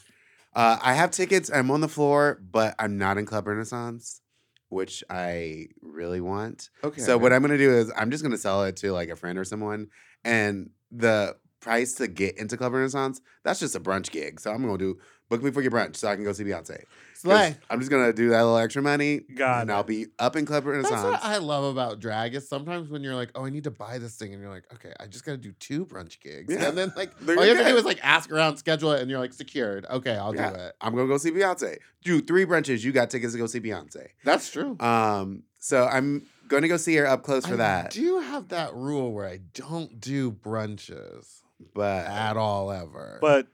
S5: Uh, I have tickets. I'm on the floor, but I'm not in Club Renaissance, which I really want.
S1: Okay.
S5: So what I'm gonna do is I'm just gonna sell it to like a friend or someone, and the price to get into Club Renaissance that's just a brunch gig. So I'm gonna do book me for your brunch so I can go see Beyonce. 'Cause [laughs]
S1: Slay.
S5: I'm just gonna do that little extra money,
S2: Got
S5: and
S2: it.
S5: I'll be up in Club
S1: That's
S5: Renaissance.
S1: what I love about drag is sometimes when you're like, oh, I need to buy this thing, and you're like, okay, I just got to do two brunch gigs,
S5: Yeah.
S1: and then like
S5: There
S1: all
S5: you
S1: you have to
S5: go.
S1: do is like ask around, schedule it, and you're like secured. Okay, I'll do
S5: Yeah.
S1: it.
S5: I'm gonna go see Beyonce. Do three brunches. You got tickets to go see Beyonce.
S1: That's true.
S5: Um, so I'm gonna go see her up close for
S1: I
S5: that.
S1: do have that rule where I don't do brunches
S5: but
S1: at all ever.
S2: But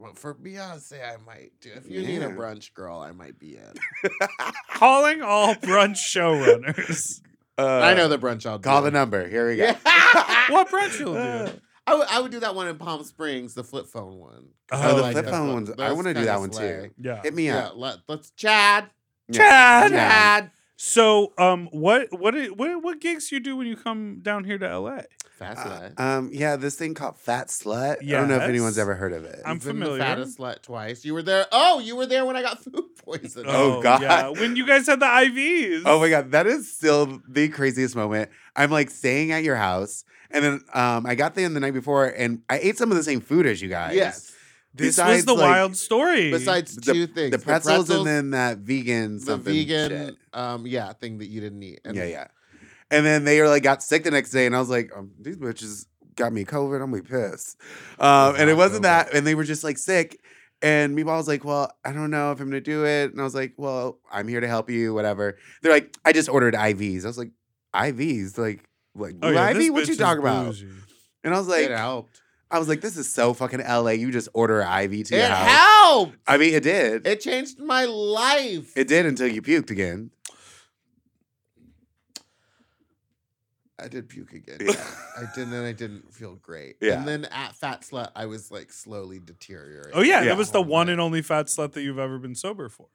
S1: But for Beyonce, I might do. If you need a
S5: Yeah.
S1: brunch girl, I might be in.
S2: calling all
S5: [laughs]
S2: brunch showrunners.
S5: uh,
S1: I know the brunch I'll
S5: Call
S1: do. [laughs]
S5: the number. Here we go.
S1: Yeah.
S2: what brunch you'll do?
S1: I would- I would do that one in Palm Springs, the flip phone one.
S5: Oh, the
S2: I
S5: flip
S2: know.
S5: phone ones. I
S1: Those
S5: want to do
S1: kinda
S5: that one
S1: slay.
S5: too.
S2: Yeah.
S5: Hit me
S1: Yeah,
S5: up.
S1: let, let's Chad.
S5: Yeah.
S2: Chad.
S5: Yeah.
S1: Chad.
S2: So, um, what what i- what what gigs you do when you come down here to LA?
S1: Fast
S5: Uh,
S1: slut.
S5: um, yeah, this thing called Fat Slut. I don't know if anyone's
S2: Yes.
S5: ever heard of it.
S2: I'm
S1: You've been the
S2: familiar.
S1: fattest slut twice. You were there. Oh, you were there when I got [laughs] food poisoning.
S5: Oh, God.
S2: when you guys had the IVs.
S5: Oh my god, that is still the craziest moment. I'm like staying at your house, and then um, I got there the night before, and I ate some of the same food as you guys.
S1: yes.
S2: this was
S5: besides,
S2: the
S5: like,
S2: wild story.
S1: Besides
S5: The-
S1: two things:
S5: The pretzels, and then that vegan
S1: the
S5: something.
S1: vegan,
S5: shit.
S1: um, yeah, thing that you didn't eat. And
S5: Yeah, yeah. And then they were like got sick the next day, and I was like, um, these bitches got me COVID. I'm gonna be pissed. Um, and it
S1: not
S5: wasn't
S1: COVID.
S5: that, and they were just like sick. And Meatball was like, well, I don't know if I'm gonna do it. And I was like, well, I'm here to help you, whatever. They're like, I just ordered IVs. I was like, IVs, like. Like
S2: oh, yeah, this
S5: IV, what
S2: bitch
S5: you
S2: is
S5: talking about?
S2: bougie.
S5: And I was
S1: It
S5: like,
S1: helped.
S5: I was like, this is so fucking LA. You just order an IV to your
S1: It
S5: house.
S1: helped.
S5: I mean, it did. It,
S1: It changed my life.
S5: did until you puked again.
S1: I did puke again.
S5: Yeah.
S1: I did, and then I didn't feel great.
S5: Yeah.
S1: And then at Fat Slut, I was like slowly deteriorating.
S2: Oh yeah,
S5: Yeah.
S2: that was the one and only fat slut that you've ever been sober for.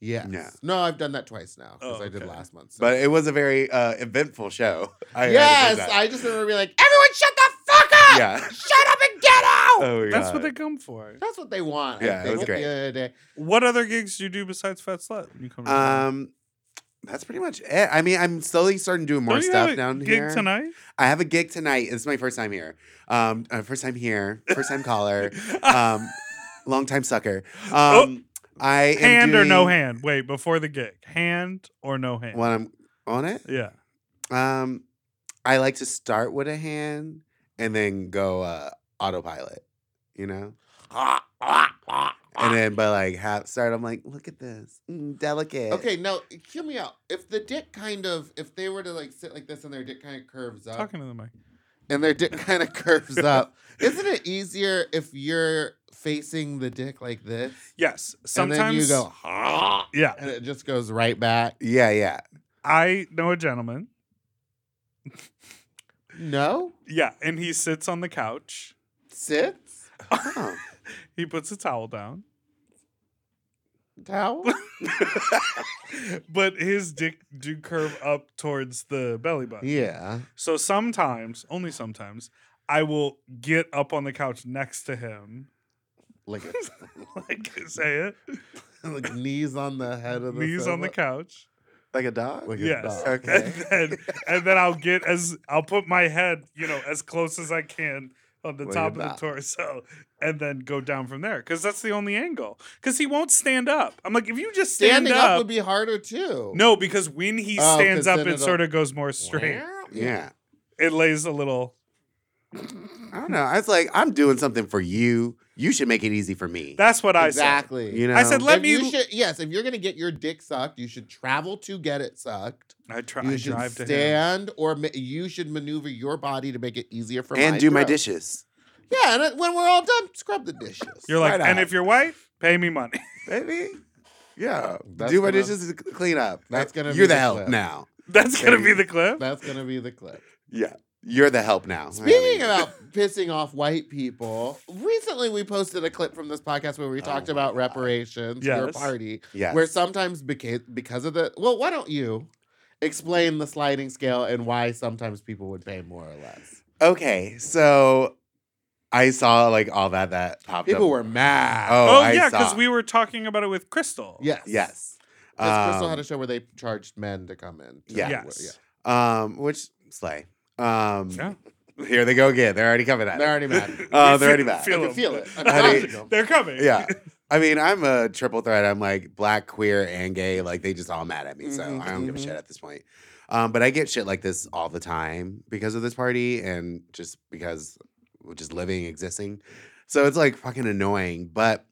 S1: Yes.
S5: Yeah.
S1: No, I've done that twice now because
S2: Oh,
S1: I did
S2: okay.
S1: last month. so-
S5: But it was a very uh, eventful show. [laughs] I- I had to say
S1: yes,
S5: that.
S1: I just remember being like, everyone shut the fuck up!
S5: yeah.
S1: Shut up and get out!
S5: Oh my
S2: That's what
S5: God.
S2: they come for.
S1: That's what they want. I
S5: Yeah, it
S1: think,
S5: was great.
S1: the other day.
S2: What other gigs do you do besides fat slut? When you come. to town?
S5: Um, that's pretty much it. I mean, I'm slowly starting doing more
S2: Don't you
S5: stuff
S2: have a
S5: down
S2: gig
S5: here.
S2: tonight.
S5: I have a gig tonight. It's my first time here. Um, uh, first time here. First time caller.
S2: [laughs]
S5: Um, long time sucker. Um, I am
S2: Oh, hand or no
S5: doing-
S2: hand? Wait, before the gig, hand or no hand?
S5: When I'm on it.
S2: Yeah.
S5: Um, I like to start with a hand and then go uh, autopilot, you know.
S1: "Ah,
S5: And then by like half start, I'm like, look at this, mm, delicate.
S1: Okay, now hear me out. If the dick kind of, if they were to like sit like this and their dick kind of curves up,
S2: Talking to the mic.
S1: and their
S2: [laughs]
S1: dick kind of curves up, isn't it easier if you're facing the dick like this?
S2: Yes.
S1: And
S2: Sometimes
S1: then you
S2: [laughs]
S1: go, "Ah,"
S2: Yeah.
S1: and it just goes right back.
S5: Yeah, [laughs] yeah.
S2: I know a gentleman.
S1: No,
S2: Yeah, and he sits on the couch.
S1: sits
S5: Oh.
S2: He puts a towel down, [laughs]
S1: towel.
S2: but his dick do curve up towards the belly button.
S1: yeah,
S2: So sometimes, only sometimes, I will get up on the couch next to him, [laughs]
S1: like
S2: like say it,
S1: [laughs] like knees on the head of the
S2: knees on the
S1: sofa. [laughs]
S2: couch.
S5: like a dog.
S1: Like a
S2: Yes.
S1: dog.
S5: Okay.
S2: And then, and then I'll get as I'll put my head, you know, as close as I can on the
S5: Like
S2: top of the
S5: that.
S2: torso, and then go down from there because that's the only angle. Because he won't stand up. I'm like, if you just stand
S1: Standing up
S2: up,
S1: would be harder too.
S2: no, because when he
S1: Oh, 'cause
S2: stands up,
S1: then
S2: it
S1: it'll-
S2: sort of goes more straight.
S5: Yeah.
S2: It lays a little.
S5: I don't know. I was like, I'm doing something for you. You should make it easy for me.
S2: That's what
S1: exactly.
S5: you know.
S2: I said, let
S1: If
S2: me.
S1: You should, yes, if you're gonna get your dick sucked, you should travel to get it sucked.
S2: I try.
S1: You
S2: I
S1: should
S2: drive to him.
S1: stand, or ma- you should maneuver your body to make it easier for
S5: and do my
S1: throat.
S5: dishes,
S1: Yeah, and uh, when we're all done, scrub the dishes.
S2: You're like,
S5: Right
S2: and
S5: on.
S2: if you're white, pay me money. [laughs]
S5: baby. Yeah.
S1: That's
S5: do my
S1: gonna-
S5: dishes and clean up.
S1: That's gonna
S5: You're
S1: be
S5: the
S1: the
S5: help
S1: clip.
S5: now.
S2: That's gonna be
S5: Baby.
S2: the clip.
S1: That's gonna be the clip.
S5: Yeah. You're the help now.
S1: Speaking about pissing off white people, recently we posted a clip from this podcast where we
S5: Oh
S1: talked
S5: my
S1: about
S5: God.
S1: reparations, your
S2: Yes.
S1: party,
S5: yeah.
S1: where sometimes beca- because of the well, why don't you explain the sliding scale and why sometimes people would pay more or less?
S5: Okay, so I saw like all that that popped
S1: People
S5: up.
S1: were mad.
S5: Oh,
S2: Oh,
S5: I
S2: yeah,
S5: because
S2: because we were talking about it with Crystal.
S1: yes,
S5: yes,
S1: Because Crystal had
S5: um,
S1: a show where they charged men to come in. to-
S5: Yeah.
S2: Yes.
S5: um, which slay. Um, [laughs]
S2: Yeah.
S5: here they go again. They're already coming at.
S1: They're
S5: it.
S1: already mad.
S5: [laughs] Uh,
S2: Feel-
S5: they're already back.
S1: I
S2: them.
S1: can feel it. I'm
S5: Honey.
S1: dodging 'em.
S2: [laughs] They're coming.
S5: Yeah, I mean, I'm a triple threat. I'm like black, queer, and gay. Like they just all mad at me, so
S1: Mhm,
S5: I don't give a
S1: mhm.
S5: shit at this point. Um, but I get shit like this all the time because of this party and just because we're just living, existing. So it's like fucking annoying. But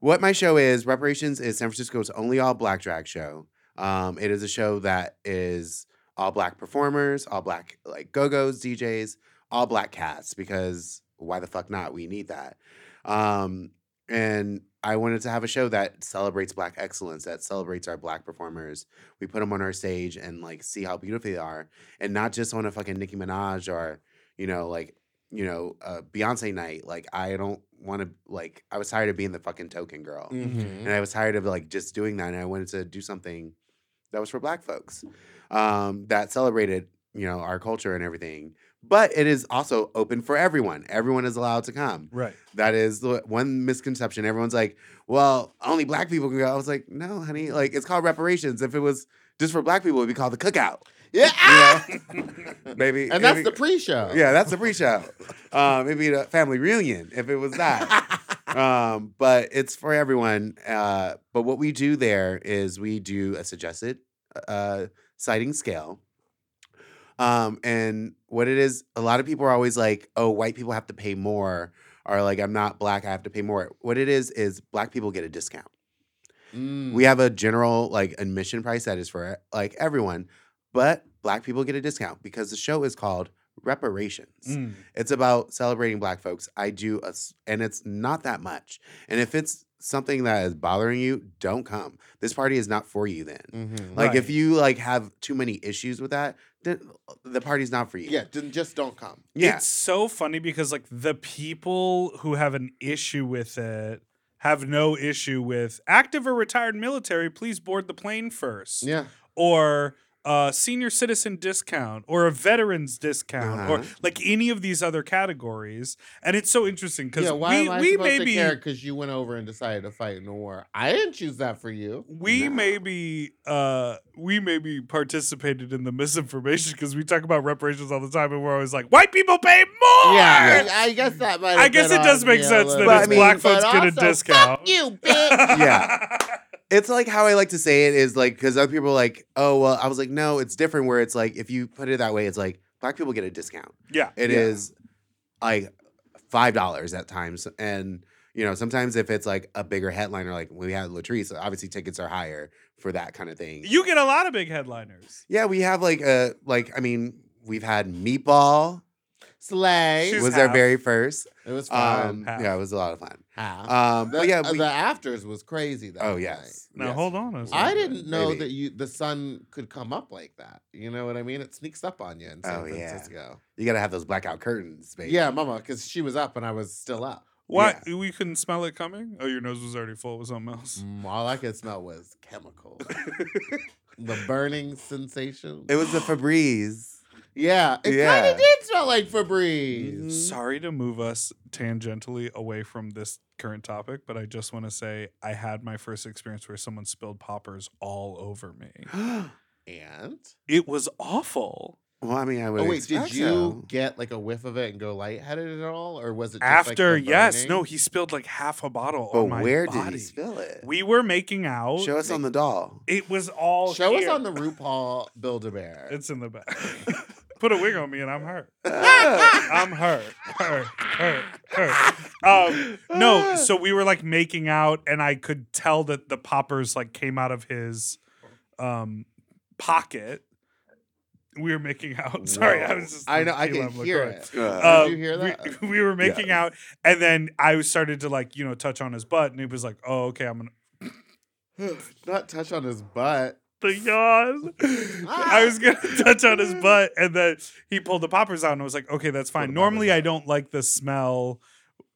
S5: what my show is, Reparations is San Francisco's only all black drag show. Um, it is a show that is all black performers, all black like go-go's, DJs, all black cats, because why the fuck not? We need that. Um, and I wanted to have a show that celebrates black excellence, that celebrates our black performers. We put them on our stage and like see how beautiful they are, and not just on a fucking Nicki Minaj or you know like you know uh, Beyonce night. Like I don't want to like I was tired of being the fucking token girl,
S1: Mhm.
S5: and I was tired of like just doing that, and I wanted to do something that was for black folks um, that celebrated you know our culture and everything but it is also open for everyone everyone is allowed to come
S2: Right.
S5: that is the one misconception everyone's like well only black people can go i was like no honey like it's called reparations if it was just for black people it'd be called
S1: [laughs]
S5: the cookout
S6: Yeah.
S5: yeah baby
S1: ah! And that's
S5: It'd
S1: the
S5: be-
S1: pre-show.
S5: yeah, that's the pre-show. Um, it'd be the family reunion if it was that. um, but it's for everyone. Uh, but what we do there is we do a suggested uh, sighting scale. Um, and what it is, a lot of people are always like, "Oh, white people have to pay more," or like, "I'm not black, I have to pay more." What it is is black people get a discount.
S1: Mm.
S5: We have a general like admission price that is for like everyone, but black people get a discount because the show is called Reparations.
S2: Mm.
S5: It's about celebrating black folks. I do a, s- and it's not that much. And if it's something that is bothering you, don't come. This party is not for you then.
S1: Mhm.
S5: Like if
S2: Mm, Right.
S5: you like have too many issues with that, then uh, the party's not for you.
S1: yeah, then just don't come.
S5: Yeah.
S2: It's so funny because like the people who have an issue with it have no issue with active or retired military, please board the plane first.
S1: Yeah.
S2: Or uh, senior citizen discount or a veterans discount or
S5: Uh-huh.
S2: like any of these other categories. And it's so interesting because
S1: Yeah, why
S2: we,
S1: am I
S2: we
S1: supposed
S2: may
S1: to
S2: be
S1: care because you went over and decided to fight in a war? I didn't choose that for you.
S2: we
S5: No.
S2: may be uh we may be participated in the misinformation because we talk about reparations all the time and we're always like white people pay more
S1: Yeah,
S2: [laughs]
S1: I, I guess that might.
S2: I
S1: have
S2: guess
S1: been
S2: it does
S1: on
S2: make
S1: me a
S2: sense
S1: little bit.
S2: that
S5: it's
S1: But
S5: black
S2: folks get a
S1: also,
S2: discount.
S6: Fuck you, bitch.
S2: [laughs]
S5: Yeah. It's like how I like to say it is like because other people are like, oh well, I was like, no, it's different where it's like if you put it that way, it's like black people get a discount.
S2: yeah.
S5: It
S1: Yeah.
S5: is like five dollars at times, and you know sometimes if it's like a bigger headliner, like we had Latrice, obviously tickets are higher for that kind of thing.
S2: You get a lot of big headliners.
S5: yeah, we have like a like I mean we've had Meatball
S1: Slay.
S2: She's-
S5: was our
S2: half.
S5: very first.
S1: it was fun.
S5: Um,
S2: half.
S5: yeah, it was a lot of fun.
S1: Half.
S5: Um,
S1: the,
S5: but yeah,
S1: uh,
S5: we,
S1: the afters was crazy though.
S5: oh yes.
S2: Now
S5: yes.
S2: hold on. A second.
S1: I didn't know
S5: Maybe.
S1: that you the sun could come up like that. You know what I mean? It sneaks up on you in San
S5: Oh, yeah.
S1: Francisco.
S5: You gotta have those blackout curtains, baby.
S1: Yeah, mama, because she was up and I was still up.
S2: Why we couldn't smell it coming? Oh, your nose was already full with something else.
S1: Mm, all I could smell was
S5: [laughs]
S1: chemicals. the burning sensation.
S2: [gasps]
S5: it was the Febreze.
S1: yeah, it kind
S5: Yeah.
S1: of did smell like Febreze.
S2: Sorry to move us tangentially away from this current topic, but I just want to say I had my first experience where someone spilled poppers all over me. Oh,
S5: well, Mm-hmm.
S1: And
S2: It was awful.
S5: I mean, I would.
S1: oh wait, did
S5: expect
S1: you
S5: so.
S1: get like a whiff of it and go lightheaded at all, or was it just like, the
S2: After yes,
S1: burning?
S2: no, he spilled like half a bottle
S5: But
S2: on my
S5: where
S2: body.
S5: did he spill it?
S2: We were making out.
S5: Show us on the doll.
S2: It was all
S1: Show us
S2: here.
S1: on the RuPaul Build a Bear.
S2: It's in the back. [laughs] Put a wig on me and I'm hurt. [laughs]
S5: [laughs] Ah.
S2: I'm hurt. Hurt. Hurt. Hurt. Um,
S1: [laughs]
S2: [laughs] no, so we were like making out, and I could tell that the poppers like came out of his um pocket. We were making out. [laughs] Sorry, I was just.
S1: I know. I
S2: the
S1: can
S2: level of
S1: hear
S2: growth.
S1: it.
S5: Uh,
S2: Um,
S1: Did you hear
S2: we-
S1: that?
S2: [laughs] We, were making out, and then I started to like you know touch on his butt, and it was like, oh okay, I'm gonna
S1: [gasps] Not touch on his
S2: [laughs]
S1: butt.
S2: the yawn. I was gonna [laughs] touch on his butt, and then he pulled the poppers out, and I was like, okay, that's fine.
S1: the poppers
S2: Normally, I
S1: out.
S2: don't like the smell.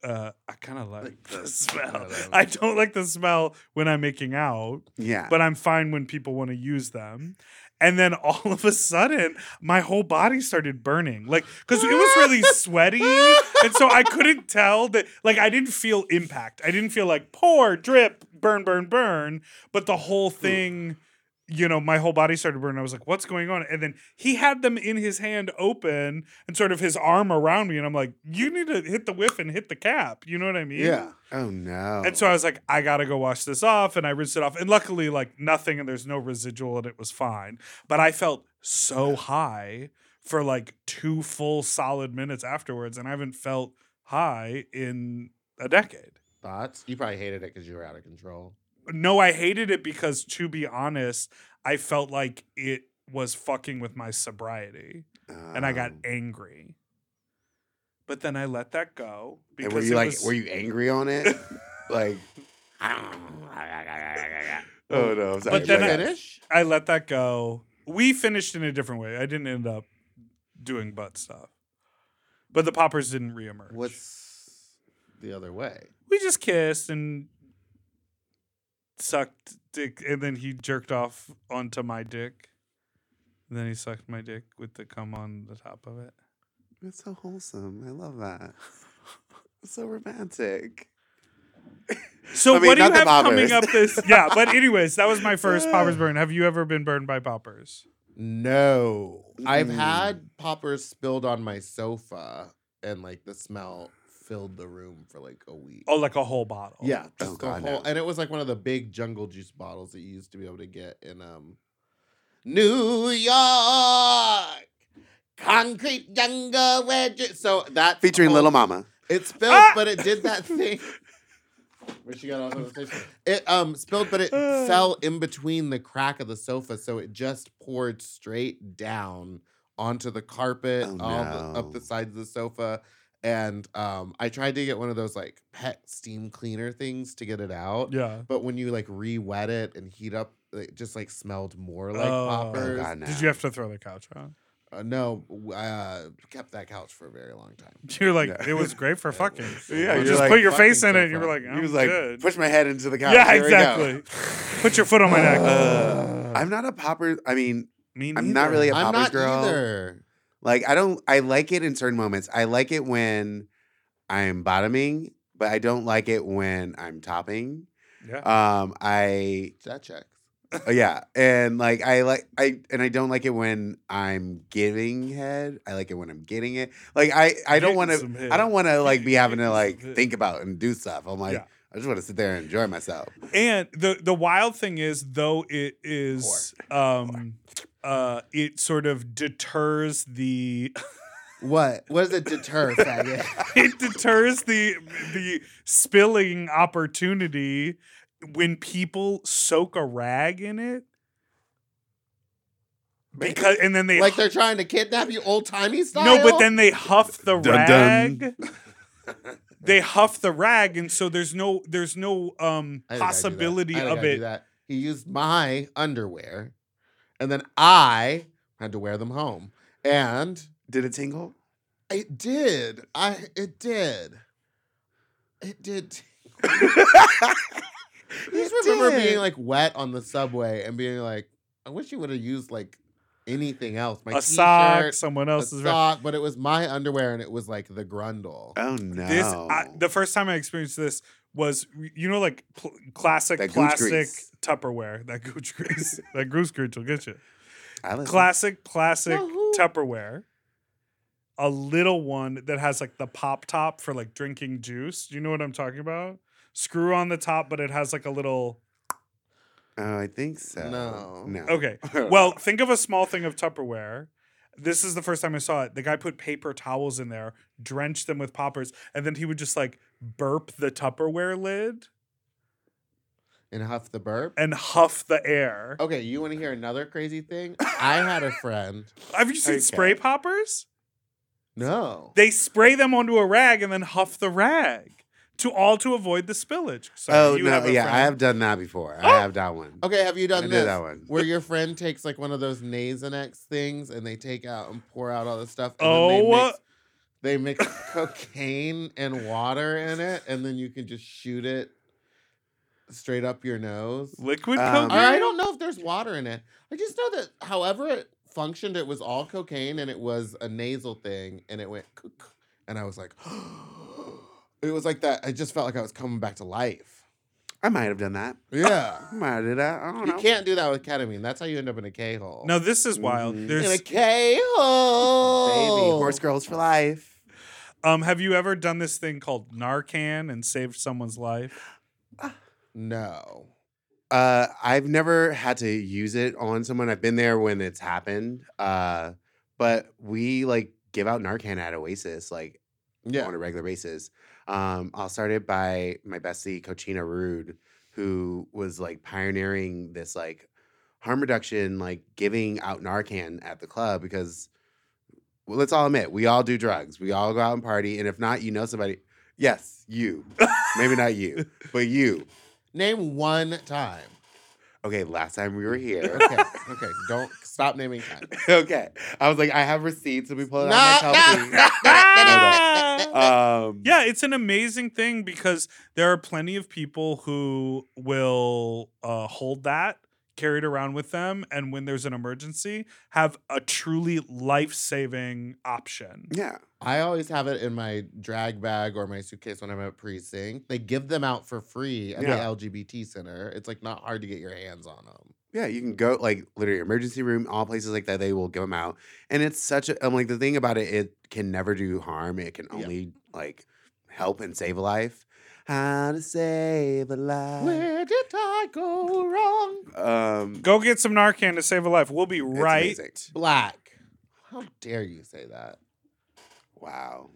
S2: Uh, I kind of like the
S1: [laughs] the-
S2: smell.
S1: yeah, that
S2: I don't like the smell when I'm making out,
S1: Uh,
S5: yeah.
S2: but I'm fine when people want to use them. And then all of a sudden, my whole body started burning, like because it was really
S1: [laughs]
S2: sweaty, and so I couldn't tell that. Like I didn't feel impact. I didn't feel like pour, drip, burn, burn, burn. But the whole thing, you know, my whole body started burning. I was like, "What's going on?" And then he had them in his hand, open, and sort of his arm around me, and I'm like, "You need to hit the whiff and hit the cap." You know what I mean?
S1: Yeah.
S5: oh no.
S2: And so I was like, I gotta go wash this off. And I rinsed it off. And luckily, like nothing and there's no residual and it was fine. But I felt so high for like two full solid minutes afterwards. And I haven't felt high in a decade.
S1: Thoughts? You probably hated it because you were out of control.
S2: No, I hated it because to be honest, I felt like it was fucking with my sobriety and I got
S5: Um,
S2: angry. But then I let that go
S5: And were
S2: because
S5: you
S2: it
S5: like?
S2: was-
S5: Were you angry
S2: [laughs]
S5: on it? like. oh no! I'm sorry.
S2: But then
S5: yeah.
S2: I-
S1: finish.
S2: I let that go. We finished in a different way. I didn't end up doing butt stuff. But the poppers didn't reemerge.
S1: What's the other way?
S2: We just kissed and sucked dick and then he jerked off onto my dick. And then he sucked my dick with the cum on the top of it.
S5: That's so wholesome. I love that. [laughs] so romantic.
S2: So
S5: I mean,
S2: what do you
S5: not the
S2: have coming
S5: poppers.
S2: up
S5: [laughs]
S2: this Yeah, but anyways, that was my first poppers burn. Have you ever been burned by poppers?
S1: No, I've
S5: Mm.
S1: had poppers spilled on my sofa, and like the smell filled the room for like a week.
S2: Oh, like a whole bottle.
S1: yeah,
S5: Oh,
S1: just the
S5: God,
S1: whole-
S5: no.
S1: and it was like one of the big jungle juice bottles that you used to be able to get in um New York. Concrete jungle where ju- so that
S5: Featuring
S1: whole-
S5: Little Mama.
S1: It spilled,
S2: Ah!
S1: but it did
S2: [laughs]
S1: that thing. Where she got all over the station. It um spilled,
S2: [sighs]
S1: but it fell in between the crack of the sofa, so it just poured straight down onto the carpet,
S5: Oh,
S1: all the,
S5: no.
S1: up the sides of the sofa. And um, I tried to get one of those like pet steam cleaner things to get it out.
S2: Yeah.
S1: But when you like re-wet it and heat up, it just like smelled more like
S2: Oh.
S1: poppers.
S5: Oh, God, no.
S2: Did you have to throw the couch out?
S1: Uh, no, w- uh, kept that couch for a very long
S2: [laughs]
S1: time.
S2: You're like,
S5: No.
S2: it was great for fucking.
S5: [laughs] Yeah,
S2: You
S5: you're
S2: just
S5: like,
S2: put your
S1: fucking
S2: face in it.
S1: so
S2: and You were
S1: fun.
S2: like, I'm
S5: he was like,
S2: good.
S5: push my head into the couch.
S2: yeah,
S5: Here we go."
S2: exactly. [laughs] Put your foot on my neck.
S5: Uh, [laughs] I'm not a popper. I mean,
S2: Me
S5: I'm not really
S2: neither.
S5: a
S1: I'm
S5: popper's
S1: not
S5: girl.
S1: either.
S5: Like I don't I like it in certain moments. I like it when I'm bottoming, but I don't like it when I'm topping.
S2: Yeah.
S5: Um I
S1: That checks.
S5: oh, yeah, and like I like I and I don't like it when I'm giving head. I like it when I'm getting it. Like I I don't
S2: Getting
S5: want to
S2: some head.
S5: I don't want to like
S2: [laughs]
S5: be having to
S2: Getting
S5: like
S2: some head.
S5: think about and do stuff. I'm like
S2: Yeah.
S5: I just want to sit there and enjoy myself.
S2: And the the wild thing is, though it is, um, uh, it sort of deters the [laughs]
S1: What? What does it deter, faggot?
S2: it deters the the spilling opportunity when people soak a rag in it because and [laughs] then they
S1: like
S2: hu-
S1: they're trying to kidnap you old timey style?
S2: no, but then they huff the
S5: Dun,
S2: rag.
S5: dun. [laughs]
S2: they huff the rag, and so there's no there's no um
S1: I didn't gotta do that.
S2: possibility
S1: I didn't
S2: of
S1: gotta do
S2: it.
S1: that. He used my underwear, and then I had to wear them home, and
S5: [laughs] Did it tingle?
S1: it did. I it did. It did.
S2: [laughs]
S1: I just remember being like wet on the subway and being like, I wish you would have used like anything else. My
S2: A
S1: t-shirt,
S2: sock, someone
S1: a
S2: else's rag.
S1: sock, but it was my underwear and it was like the grundle.
S5: Oh no.
S2: This I, the first time I experienced this was you know like pl- classic
S5: That goose
S2: plastic
S5: grease.
S2: Tupperware that gooch
S5: [laughs]
S2: grease that goose grease
S1: [laughs]
S2: will get you.
S5: I listen.
S2: Classic plastic
S1: Wahoo.
S2: Tupperware. A little one that has like the pop top for like drinking juice. Do you know what I'm talking about? Screw on the top, but it has like a little.
S5: Oh, I think so.
S1: No.
S5: No. [laughs]
S2: Okay. Well, think of a small thing of Tupperware. This is the first time I saw it. The guy put paper towels in there, drenched them with poppers, and then he would just like burp the Tupperware lid
S1: and huff the burp.
S2: and huff the air.
S5: Oh,
S1: Okay, you want to hear another crazy thing? I had a
S5: [laughs]
S1: friend.
S2: Have you seen
S5: Okay.
S2: spray poppers?
S1: No.
S2: They spray them onto a rag and then huff the rag to all to avoid the spillage. Sorry,
S5: oh
S2: you
S5: no,
S2: have a
S5: yeah, I
S2: friend. Oh!
S5: have done that before. I have done one.
S1: Okay, have you
S5: I
S1: done
S5: did
S1: this?
S5: that one.
S1: Where your friend takes like one of those Nasonex things and they take out and pour out all the stuff. And then
S2: Oh.
S1: they mix, they mix cocaine and water in it, and then you can just shoot it straight up your nose.
S2: liquid
S5: Um,
S2: cocaine.
S1: Or I don't know if there's water in it. I just know that however it functioned, it was all cocaine and it was a nasal thing and it went cuck. and I was like [gasps] it was like that. I just felt like I was coming back to life.
S5: I might have done that.
S1: Yeah.
S5: [laughs] I might have did that. I don't
S1: You
S5: know.
S1: can't do that with ketamine. That's how you end up in a K hole.
S2: No, this is wild.
S5: Mhm.
S1: in a
S2: There's
S1: K hole.
S5: Baby, horse girls for life.
S2: um. Have you ever done this thing called Narcan and saved someone's life?
S1: No.
S5: Uh, I've never had to use it on someone. I've been there when it's happened. Uh, but we like give out Narcan at Oasis like
S1: Yeah.
S5: on a regular basis. Um, I'll start it by my bestie Cochina Rude, who was like pioneering this like harm reduction, like giving out Narcan at the club because well, let's all admit we all do drugs. We all go out and party, and if not, you know somebody. Yes, you. Maybe not you, but you.
S1: Name one
S5: [laughs]
S1: time.
S5: Okay, last time we
S1: [laughs]
S5: were here. [laughs]
S1: Okay. okay. Don't stop naming time.
S5: okay, I was like, I have receipts. Let me pull it
S1: No,
S5: out of my
S1: no,
S5: copy.
S2: Ah!
S1: no, no, no, no, no, no,
S5: Um,
S2: Yeah, it's an amazing thing because there are plenty of people who will uh, hold that, carry it around with them, and when there's an emergency, have a truly life saving option.
S5: Yeah.
S1: I always have it in my drag bag or my suitcase when I'm at precinct. They give them out for free at
S5: Yeah.
S1: the LGBT center. It's like not hard to get your hands on them.
S5: Yeah, you can go like literally emergency room, all places like that. They will give them out, and it's such a I'm like the thing about it. It can never do harm. It can
S1: Yeah.
S5: only like help and save a life. How to save a life?
S1: Where did I go wrong?
S5: Um,
S2: Go get some Narcan to save a life. We'll be
S5: it's
S2: right.
S5: amazing.
S1: Black. How dare you say that?
S5: Wow.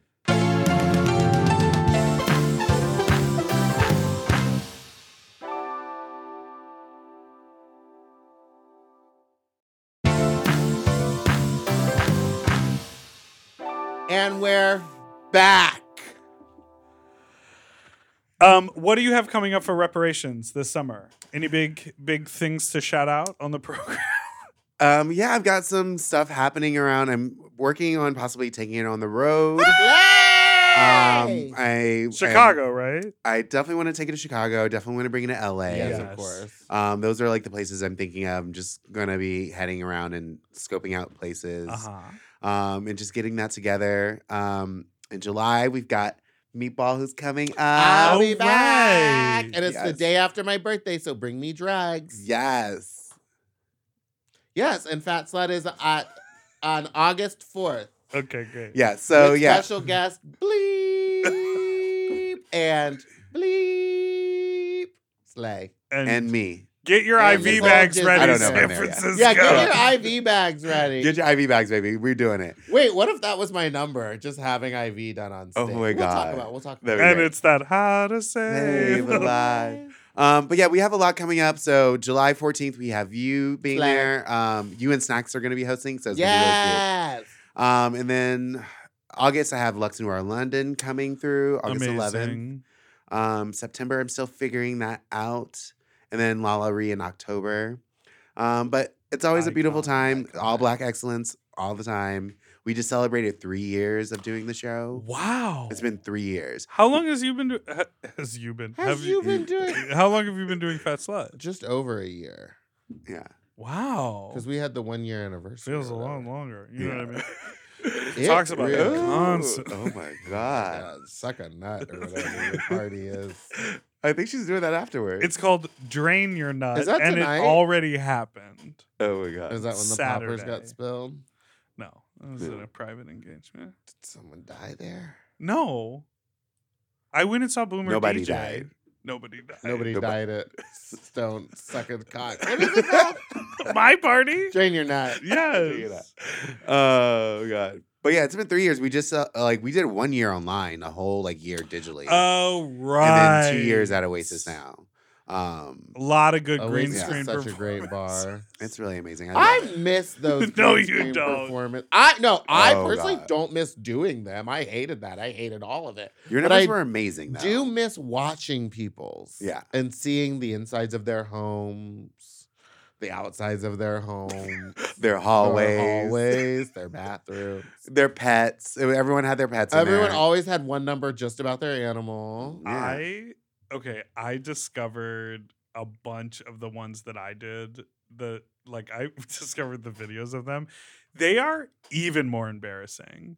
S1: And we're back.
S2: Um, what do you have coming up for reparations this summer? Any big big things to shout out on the
S5: [laughs]
S2: program?
S5: Um, yeah, I've got some stuff happening around. I'm working on possibly taking it on the road. Um, I
S2: Chicago, right?
S5: I, I definitely want to take it to Chicago. Definitely want to bring it to LA.
S1: yes,
S2: Yes.
S1: of course.
S5: Um, those are like the places I'm thinking of. I'm just gonna be heading around and scoping out places,
S2: Uh-huh.
S5: um, and just getting that together. Um, in July we've got Meatball who's coming up.
S1: I'll be
S2: Alright.
S1: back. And it's the
S5: Yes.
S1: day after my birthday, so bring me drags.
S5: Yes,
S1: Yes, and Fat Slut is at on August 4th.
S2: Okay, great.
S5: yeah. So
S1: with
S5: yeah,
S1: Special guest bleep and bleep slay.
S2: And,
S5: [laughs] and me.
S2: get your
S1: and
S2: IV
S1: it's all
S2: bags
S1: just-
S2: ready,
S5: I don't know if
S2: San
S5: I'm there yet.
S2: Francisco.
S1: Yeah,
S2: [laughs]
S1: get your IV bags ready.
S5: Get your IV bags, baby. We're doing it.
S1: Wait, what if that was my number? Just having IV done on stage.
S5: Oh my
S1: we'll
S5: God.
S1: Talk about, we'll talk
S5: There
S1: about.
S2: [laughs]
S5: we
S2: and
S5: go.
S2: it's that how to save.
S5: Save a life. Um, but yeah, we have a lot coming up. So July 14th, we have you being
S1: Slay.
S5: there. Um, you and Snacks are gonna be hosting. So it's gonna be really cool.
S1: Yes.
S5: Um, and then August, I have Lux Noir London coming through August 11th. Um, September, I'm still figuring that out. And then Lala Ree in October. Um, but it's always a beautiful
S1: Icon,
S5: time. All
S1: icon.
S5: Black excellence, all the time. We just celebrated three years of doing the show.
S2: Wow.
S5: It's been three years.
S2: How long has you been doing? Has you been?
S1: Has you been
S5: [laughs]
S1: doing-
S2: [laughs] How long have you been doing Fat Slut?
S1: Just over a year
S5: Yeah.
S2: Wow.
S1: because we had the one year anniversary.
S2: feels a
S1: or
S2: lot
S1: whatever.
S2: longer. You know
S1: [laughs]
S2: what I mean?
S1: It
S2: Talks about
S1: really-
S2: it constantly.
S5: Oh
S1: [laughs]
S5: my God.
S1: Yeah, suck a nut or whatever
S5: [laughs]
S1: your party is.
S5: I think she's doing that afterwards.
S2: It's called Drain Your Nut,
S1: Is that
S2: and
S1: tonight?
S2: it already happened.
S5: oh my God.
S1: Is that when the poppers
S2: Saturday.
S1: got spilled?
S2: No, it was at
S5: Yeah.
S2: a private engagement.
S1: Did someone die there?
S2: No, I went and saw Boomer.
S5: Nobody
S2: DJ.
S5: died.
S2: Nobody died.
S1: Nobody
S5: the-
S1: died at Stone Sucking
S5: [laughs]
S1: Cock. What is it called?
S2: [laughs] My
S1: [laughs]
S2: party.
S1: Drain your nut.
S5: Figure it
S2: yes.
S5: Oh god. But yeah, it's been three years. We just uh, like we did one year online, a whole like year digitally,
S2: Oh
S5: and
S2: right.
S5: then two years at Oasis now. Um,
S2: A lot of good green
S1: Oasis is
S2: screen
S1: such a great
S2: performance. [laughs]
S1: bar.
S5: it's really amazing. I,
S1: [laughs]
S5: love
S1: I
S5: it.
S1: miss those.
S2: No,
S1: green
S2: you
S1: screen
S2: don't.
S1: Performance. I no. I
S5: Oh,
S1: personally
S5: God.
S1: don't miss doing them. I hated that. I hated all of it.
S5: your
S1: but
S5: numbers
S1: I
S5: were amazing. Though.
S1: Do miss watching people's.
S5: Yeah.
S1: And seeing the insides of their homes, the outsides of their home,
S5: their hallways,
S1: their
S5: their,
S1: hallways, their bathrooms.
S5: pets. Everyone had their pets. in
S1: Everyone
S5: there.
S1: always had one number just about their animal.
S5: Yeah.
S2: I okay, I discovered a bunch of the ones that I did. The like I [laughs] discovered the videos of them. They are even more embarrassing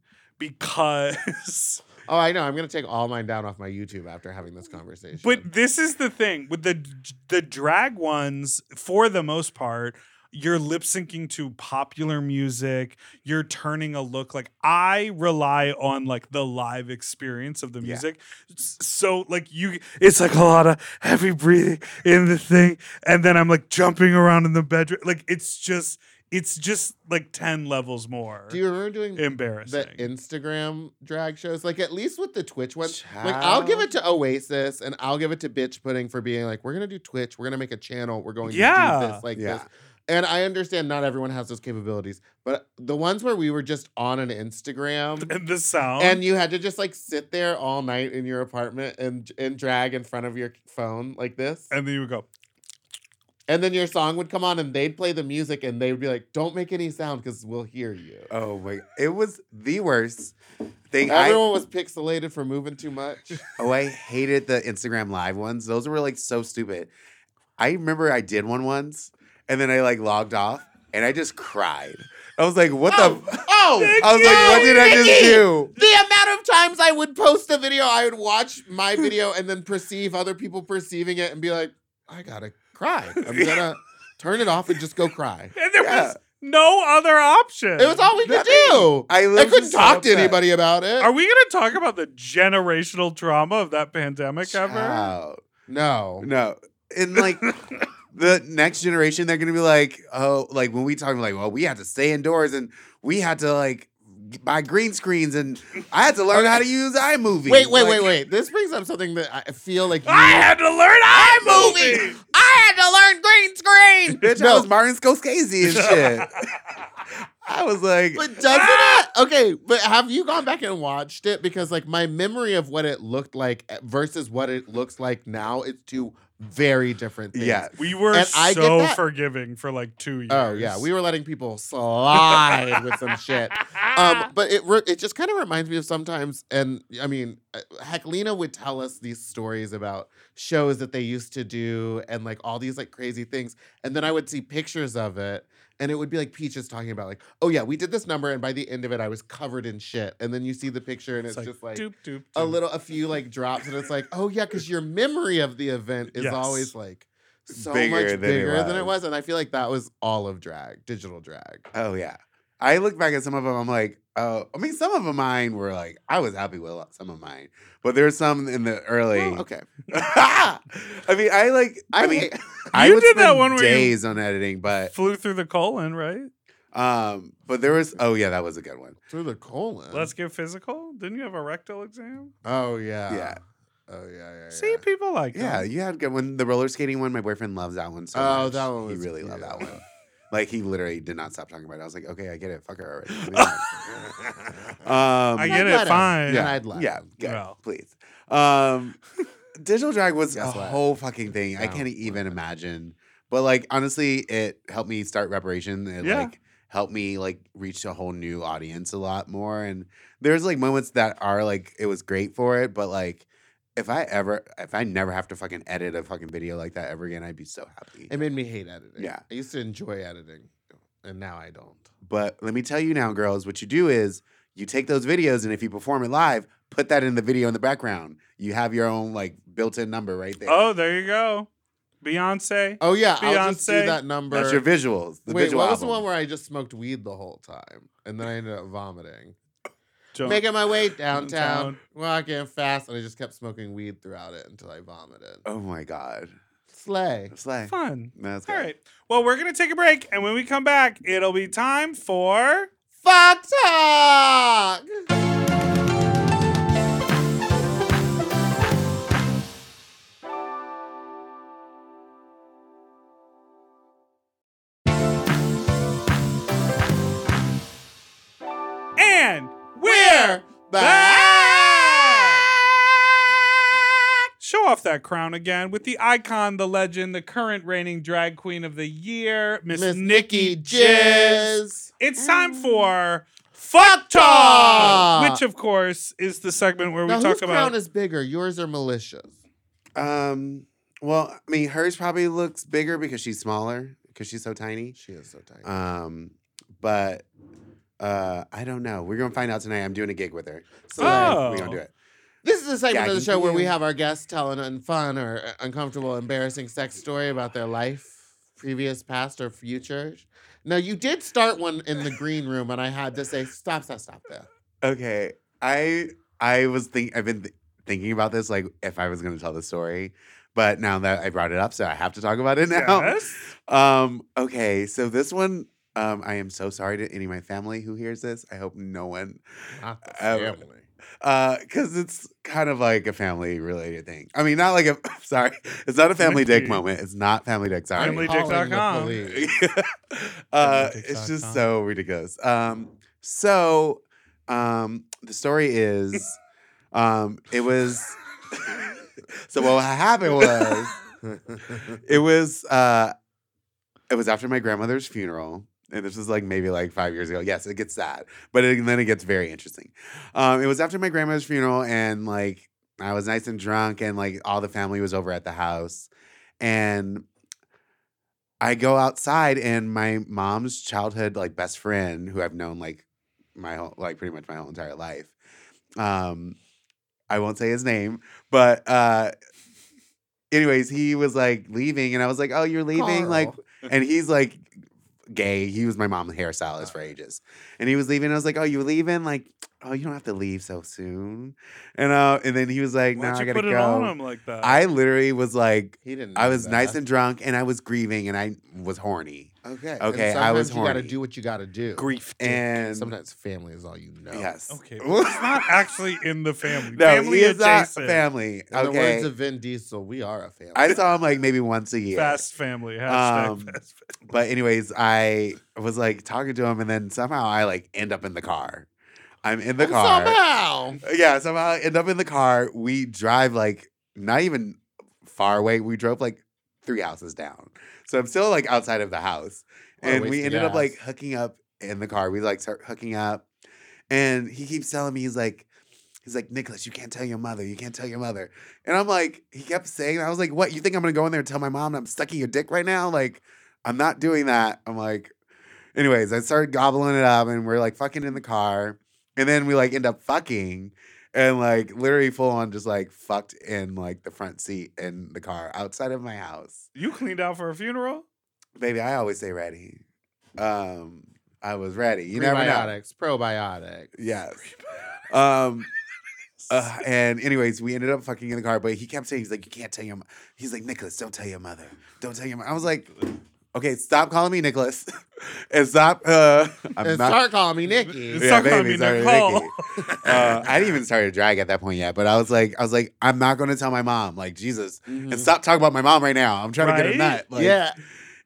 S2: because [laughs]
S1: Oh, I know. I'm gonna take all mine down off my YouTube after having this conversation.
S2: but this is the thing with the the drag ones for the most part you're lip syncing to popular music you're turning a look like i rely on like the live experience of the
S5: Yeah.
S2: music S- so like you it's like a lot of heavy breathing in the thing and then i'm like jumping around in the bedroom like it's just it's just like 10 levels more
S1: do you remember doing
S2: embarrassing
S1: the Instagram drag shows? Like at least with the Twitch ones, like I'll give it to Oasis and I'll give it to Bitch Pudding for being like, we're gonna do Twitch, we're gonna make a channel, we're going to do
S2: Yeah.
S1: this like
S5: Yeah.
S1: this. And I understand not everyone has those capabilities, but the ones where we were just on an Instagram
S2: and the
S5: uh-huh.
S2: sound
S1: and you had to just like sit there all night in your apartment and and drag in front of your phone like this.
S5: Uh,
S2: and then you would go
S1: And then your song would come on and they'd play the music and they would be like, don't make any sound because we'll hear you.
S5: Oh my! It was the worst They, I,
S1: Everyone was pixelated for moving too much.
S5: oh, I hated the Instagram live ones. Those were like so stupid. I remember I did one once and then I like logged off and I just cried. I was like, what
S6: Oh,
S5: the? F-?
S6: oh,
S5: I was like, what did I just
S6: Nikki!
S5: do?
S6: the amount of times I would post a
S1: the video, I would watch my video and then perceive other people perceiving it and be like, I gotta cry. I'm gonna turn it off and just go cry.
S2: And there
S5: Yeah.
S2: was no other option.
S1: It was all we could
S5: Nothing.
S1: do.
S5: I,
S1: I
S5: literally
S1: couldn't
S5: was so
S1: talk to
S5: upset.
S1: anybody about it.
S2: Are we going to talk about the generational trauma of that pandemic ever?
S5: Child.
S1: no.
S5: No. And like the next generation, they're gonna be like, oh, like when we talk like, well, we had to stay indoors and we had to like buy green screens and I had to learn how to use iMovie.
S1: Wait, wait,
S5: Like,
S1: wait, wait. This brings up something that I feel like you,
S2: I had to learn
S6: movie. I had to learn green screen.
S5: Bitch,
S1: No.
S5: I was Martin Scorsese
S1: [laughs]
S2: [laughs]
S5: and shit. I was like,
S1: But doesn't it? Okay, but have you gone back and watched it? Because like my memory of what it looked like versus what it looks like now is two very different things.
S5: yeah,
S2: We were
S1: And I get
S2: so
S1: that.
S2: forgiving for like two years.
S1: Oh yeah, we were letting people slide with some shit.
S2: [laughs]
S1: Um, but it re- it just kind of reminds me of sometimes, and I mean, uh, Heclina would tell us these stories about shows that they used to do, and like all these like crazy things, and then I would see pictures of it, and it would be like Peaches talking about like, oh yeah, we did this number, and by the end of it, I was covered in shit, and then you see the picture, and
S2: It's
S1: it's,
S2: like,
S1: just like.
S2: doop, doop,
S1: A
S2: doop.
S1: little, a few like drops, and it's like, oh yeah, because your memory of the event is
S2: Yes.
S1: always like so
S5: Bigger
S1: much
S5: than it
S1: bigger than it
S5: was.
S1: was. And I feel like that was all of drag, digital drag.
S5: oh yeah. I look back at some of them. I'm like, oh, I mean, some of mine were like, I was happy with some of mine, but there's some in the early.
S1: Oh, okay.
S5: I mean, [laughs] I like. I,
S1: I
S5: mean,
S1: hate-
S5: I
S2: You
S5: would
S2: did that
S5: spend
S2: one where you-
S5: days on editing, but
S2: Flew through the colon, right?
S1: Uh-huh.
S5: um, but there was. Oh yeah, that was a good one.
S1: Through the colon.
S2: Let's get physical. Didn't you have a rectal exam?
S1: Oh yeah.
S5: Yeah.
S1: Oh yeah. yeah, yeah.
S2: See, people like
S5: Yeah,
S2: that.
S5: you had a good one. The roller skating one. My boyfriend loves that one so
S1: Oh,
S5: much.
S1: that one was
S5: he really loved that
S1: cute.
S5: one. Like he literally did not stop talking about it. I was like, okay, I get it. Fuck her already. Leave me alone. um,
S2: I
S1: And
S2: get
S1: I'd
S2: it,
S1: let 'em.
S2: fine.
S1: And
S5: Yeah.
S1: I'd laugh.
S5: yeah, good,
S2: Well.
S5: please. Um, digital drag was a
S1: Guess what?
S5: whole fucking thing. I
S1: That
S5: can't
S1: was
S5: even imagine. But like honestly, it helped me start reparation. It
S2: Yeah.
S5: like helped me like reach a whole new audience a lot more. And there's like moments that are like it was great for it, but like if I ever if I never have to fucking edit a fucking video like that ever again, I'd be so happy.
S1: It made me hate editing.
S5: Yeah.
S1: I used to enjoy editing, and now I don't.
S5: But let me tell you now, girls, what you do is you take those videos and if you perform it live, put that in the video in the background. You have your own like built-in number right there.
S2: Oh, there you go. Beyonce.
S1: Oh yeah, I'll just do
S2: Beyonce.
S1: that number.
S5: That's your visuals. The
S1: Wait,
S5: visual
S1: what was the one
S5: album.
S1: where I just smoked weed the whole time, and then I ended up vomiting?
S2: Don't-
S1: Making my
S2: [laughs]
S1: way downtown,
S2: Downtown.
S1: walking fast, and I just kept smoking weed throughout it until I vomited.
S5: Oh my god.
S1: Slay.
S5: It's like
S2: Fun.
S5: that's
S2: All
S5: good.
S2: right. Well, we're going to take a break. And when we come back, it'll be time for.
S1: Fuck talk.
S2: And we're
S1: We're
S2: back! Show off that crown again with the icon, the legend, the current reigning drag queen of the year, Miss, Nikki Jizz. It's time for Fuck Talk,
S1: Talk!
S2: which, of course, is the segment where we
S1: Now, whose
S2: talk
S1: crown
S2: about.
S1: is bigger, yours or Militia's?
S5: Um well, I mean hers probably looks bigger because she's smaller because she's so tiny.
S1: She is so tiny.
S5: Um but uh I don't know. We're going to find out tonight. I'm doing a gig with her. So
S2: Oh.
S5: we're going to do it.
S1: this is the segment of the
S5: gagging
S1: show where we
S5: you.
S1: have our guests tell an unfun or uh, uncomfortable, embarrassing sex story about their life, previous, past, or future. Now, you did start one in the green room, and I had to say, stop, stop, stop there.
S5: Okay. I I was think I've been th- thinking about this like if I was going to tell the story, but now that I brought it up so I have to talk about it [laughs] now.
S2: Yes.
S5: Um, okay, so this one, um, I am so sorry to any of my family who hears this. I hope no one,
S1: Not the
S5: Oh.
S1: family.
S5: uh, because it's kind of like a family related thing. I mean, not like a [laughs] sorry, it's not a family dick
S2: Nikki.
S5: moment. It's not family dick. Sorry,
S2: Family
S1: Calling the
S2: Dick.com.
S5: [laughs]
S1: police.
S5: uh,
S2: Family dick.com.
S5: it's just so ridiculous. Um, so, um, the story is, um, it was. [laughs] so what happened was, it was uh, it was after my grandmother's funeral. And this was like maybe like five years ago. Yes, it gets sad, but it, then it gets very interesting. Um, it was after my grandmother's funeral, and like I was nice and drunk, and like all the family was over at the house, and I go outside, and my mom's childhood like best friend, who I've known like my whole, like pretty much my whole entire life. Um, I won't say his name, but uh, anyways, he was like leaving, and I was like, "Oh, you're leaving?" Like, and he's like gay. He was my mom's hairstylist for ages, and he was leaving. I was like, "Oh, you leaving?" Like, "Oh, you don't have to leave so soon." And uh, and then he was like, "No,
S2: Why'd
S5: I
S2: you
S5: gotta
S2: put it on
S5: go."
S2: him like that?
S5: I literally was like,
S1: He didn't.
S5: I
S1: know
S5: was
S1: that.
S5: nice and drunk, and I was grieving, and I was horny.
S1: okay. and
S5: okay, I
S1: sometimes
S5: was
S1: You gotta
S5: horny.
S1: do what you gotta do.
S5: Grief, and
S1: Sometimes family is all you know.
S5: yes, [laughs]
S2: okay, well, it's not actually in the family.
S5: No,
S2: family
S5: he is not
S2: adjacent.
S5: family.
S1: In the
S5: Okay.
S1: words of Vin Diesel, we are a family.
S5: I saw him like maybe
S2: [laughs]
S5: once a year.
S2: Fast family. Hashtag
S5: Um,
S2: fast family.
S5: But anyways, I was like talking to him and then somehow I like end up in the car. I'm in the
S1: Oh,
S5: car.
S1: Somehow.
S5: Uh, Yeah, somehow I end up in the car. We drive like not even far away. We drove like three houses down. So I'm still like outside of the house.
S1: What a
S5: and
S1: waste
S5: we
S1: of
S5: ended up
S1: gas.
S5: like hooking up in the car. We like start hooking up. And he keeps telling me, he's like, he's like, Nicholas, you can't tell your mother. You can't tell your mother. And I'm like, he kept saying, I was like, what? You think I'm gonna go in there and tell my mom I'm sucking your dick right now? Like, I'm not doing that. I'm like, anyways, I started gobbling it up and we're like fucking in the car. And then we like end up fucking and like literally full on just like fucked in like the front seat in the car outside of my house
S2: you cleaned out for a funeral?
S5: baby, I always say ready. Um, I was ready. You never know.
S1: Prebiotics, probiotics.
S5: Yes. Um. uh, and anyways, we ended up fucking in the car, but he kept saying he's like, you can't tell your. Mo-. He's like, Nicholas, don't tell your mother. Don't tell your. Mo-. I was like, okay, stop calling me Nicholas, [laughs] and stop. Uh, I'm
S1: and
S5: not.
S1: start calling me
S5: [laughs]
S1: Nikki.
S2: It's not gonna
S5: baby,
S2: be
S5: sorry,
S2: Nicole.
S5: Nikki. Uh, I didn't even start to drag at that point yet, but I was like, I was like, I'm not going to tell my mom. Like Jesus, and stop talking about my mom right now. I'm trying to get
S2: Mm-hmm. Right?
S5: a nut. Like,
S1: yeah.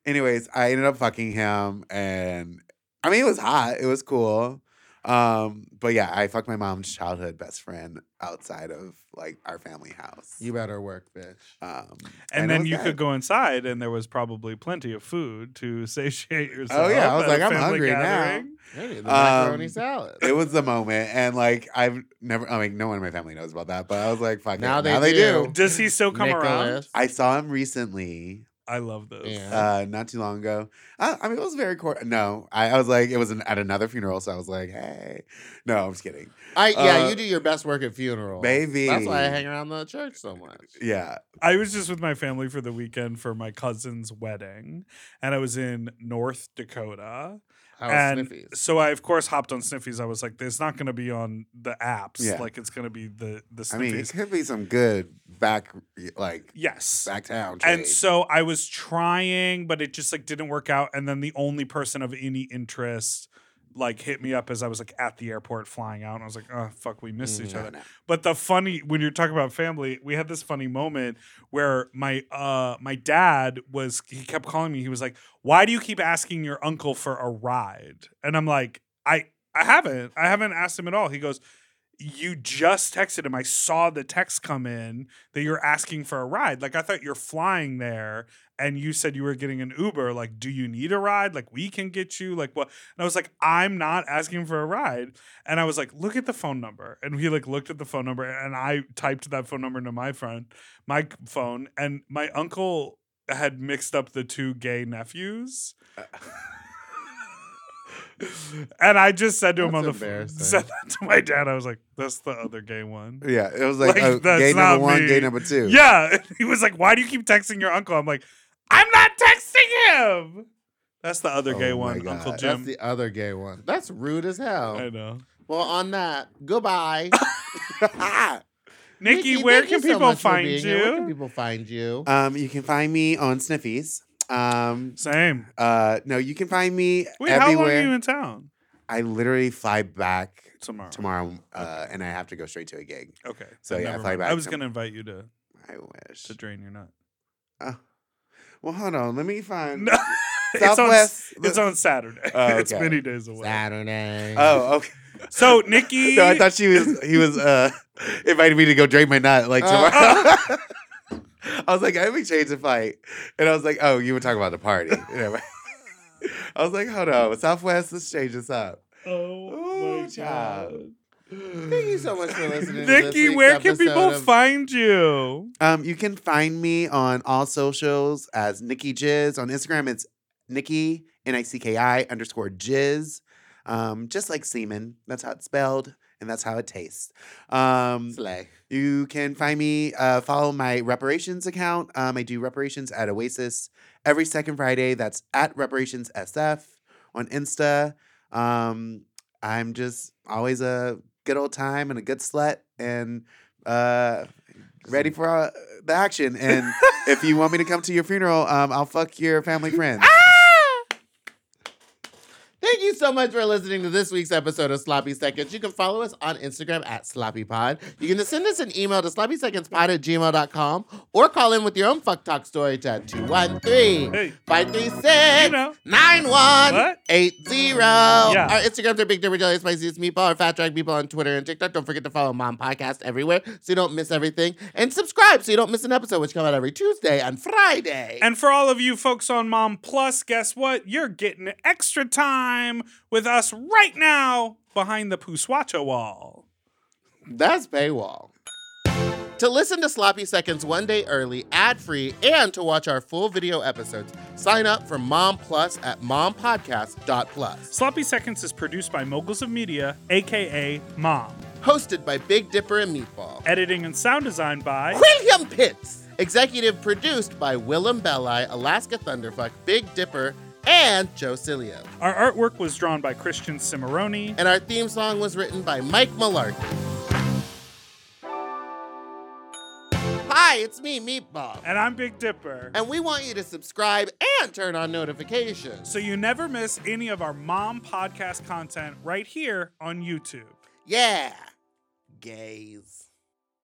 S5: anyways, I ended up fucking him, and I mean, it was hot. It was cool. Um, but yeah, I fucked my mom's childhood best friend outside of like our family house.
S1: You better work, bitch.
S5: um,
S2: And
S5: it
S2: then
S5: was
S2: you
S5: good.
S2: could go inside, and there was probably plenty of food to [laughs] satiate yourself.
S5: Oh yeah, I was
S2: at a
S5: like, I'm
S2: family
S5: hungry
S2: gathering.
S5: now.
S1: Maybe the
S5: Um,
S1: macaroni salad.
S5: It
S2: [laughs]
S5: was the moment, and like I've never. I mean, no one in my family knows about that, but I was like, fuck.
S1: Now
S5: it.
S1: they
S5: now they
S1: do.
S5: do.
S2: Does he still come around?
S1: Nicholas.
S5: I saw him recently,
S2: I love this.
S1: Yeah.
S5: uh, not too long ago. I, I mean, it was very cor- no. I, I was like, it was an, at another funeral, so I was like, hey, no, I'm just kidding.
S1: I yeah,
S5: uh,
S1: you do your best work at funerals.
S5: baby.
S1: That's why I hang around the church so much.
S5: Yeah,
S2: I was just with my family for the weekend for my cousin's wedding, and I was in North Dakota.
S1: I was
S2: and
S1: sniffies.
S2: so I, of course, hopped on Sniffies. I was like, "It's not going to be on the apps.
S5: Yeah.
S2: Like, it's going to be the the Sniffies."
S5: I mean, it could be some good back, like
S2: yes.
S5: back town.
S2: And
S5: trade.
S2: so I was trying, but it just like didn't work out. And then the only person of any interest like hit me up as I was like at the airport flying out, and I was like, "Oh fuck, we missed each
S5: No,
S2: other."
S5: no.
S2: But the funny when you're talking about family, we had this funny moment where my uh my dad was he kept calling me. He was like, "Why do you keep asking your uncle for a ride?" And I'm like, "I I haven't. I haven't asked him at all." He goes, "You just texted him. I saw the text come in that you're asking for a ride. Like I thought you're flying there and you said you were getting an Uber. Like, do you need a ride? Like we can get you. Like what?" And I was like, "I'm not asking for a ride." And I was like, look at the phone number. And he like looked at the phone number and I typed that phone number into my friend, my c- phone. And my uncle had mixed up the two gay nephews.
S1: Uh.
S2: [laughs] and I just said to him on
S1: That's
S2: the phone,
S1: embarrassing.
S2: said that to my dad. I was like, that's the other gay one.
S5: Yeah, it was like,
S2: Like,
S5: oh,
S2: that's
S5: gay
S2: not
S5: number one,
S2: me.
S5: gay number two.
S2: Yeah. [laughs] And he was like, why do you keep texting your uncle? I'm like, I'm not texting him. That's the other gay
S5: Oh my
S2: one, Uncle
S5: God. Oh.
S2: Jim.
S1: That's the other gay one. That's rude as hell.
S2: I know.
S1: well, on that,
S5: [laughs]
S1: goodbye.
S2: Nikki, where
S1: thank you
S2: can
S1: so
S2: people
S1: much for
S2: find
S1: being here. Where can
S2: you?
S1: people find you?
S5: um, you can find me on Sniffies. Um,
S2: Same.
S5: uh, no, you can find me
S2: Wait, how long
S5: everywhere.
S2: are you in town?
S5: I literally fly back
S2: Tomorrow.
S5: tomorrow, uh, and I have to go straight to a gig.
S2: Okay.
S5: So,
S2: then
S5: yeah,
S2: never
S5: fly
S2: mind. I
S5: back
S2: was
S5: tom-
S2: gonna invite you to
S5: I wish.
S2: to drain your
S5: [laughs]
S2: nut.
S5: Oh. well, hold on. Let me find
S2: No, [laughs] it's on, s-
S5: Southwest.
S2: it's on Saturday.
S5: Oh,
S2: [laughs] It's
S5: okay.
S2: many days away.
S1: Saturday. [laughs]
S5: oh, okay.
S2: So Nikki,
S5: [laughs] No, I thought she was he was uh [laughs] inviting me to go drain my nut like
S1: Uh,
S5: tomorrow.
S1: [laughs]
S5: [laughs] "Oh,
S1: [laughs]
S5: I was like, I haven't changed the fight. And I was like, oh, you were talking about the party. Never- [laughs] I was like, hold on, Southwest, let's change this up.
S2: Oh my
S5: Ooh, child.
S2: god.
S1: Thank you so much for listening. to this
S2: Nikki,
S1: week's
S2: where can people
S1: episode of-
S2: find you?
S5: Um, you can find me on all socials as Nikki Jizz. On Instagram, it's Nikki N I C K I underscore Jizz. Um, just like semen. That's how it's spelled, and that's how it tastes. Um,
S1: Slay.
S5: You can find me, uh, follow my reparations account. Um, I do reparations at Oasis every second Friday. That's at reparations SF on Insta. Um, I'm just always a good old time and a good slut and uh, ready for uh, the action. And if you want me to come to your funeral, um, I'll fuck your family friends.
S1: Thank you so much for listening to this week's episode of Sloppy Seconds. You can follow us on Instagram at SloppyPod. You can send us an email to sloppysecondspod at gmail.com or call in with your own fuck talk story to 213
S2: Hey,
S1: 536
S2: you know.
S1: 9180.
S2: Yeah.
S1: Our Instagrams are Big Dipper Jelly Spiciest Meatball or Fat Drag Meatball on Twitter and TikTok. Don't forget to follow Mom Podcast everywhere so you don't miss everything. And subscribe so you don't miss an episode, which comes out every Tuesday and Friday.
S2: And for all of you folks on Mom Plus, guess what? You're getting extra time with us right now behind the Puswacha wall.
S1: That's paywall. To listen to Sloppy Seconds one day early, ad free, and to watch our full video episodes, sign up for Mom Plus at mompodcast.plus.
S2: Sloppy Seconds is produced by Moguls of Media, aka Mom.
S1: Hosted by Big Dipper and Meatball.
S2: Editing and sound design by
S1: William Pitts. Executive produced by Willem Belli, Alaska Thunderfuck, Big Dipper, and Joe Cilio.
S2: Our artwork was drawn by Christian Cimarroni.
S1: And our theme song was written by Mike Malarkey. Hi, it's me, Meatball.
S2: And I'm Big Dipper.
S1: And we want you to subscribe and turn on notifications.
S2: So you never miss any of our mom podcast content right here on YouTube.
S1: Yeah. Gays.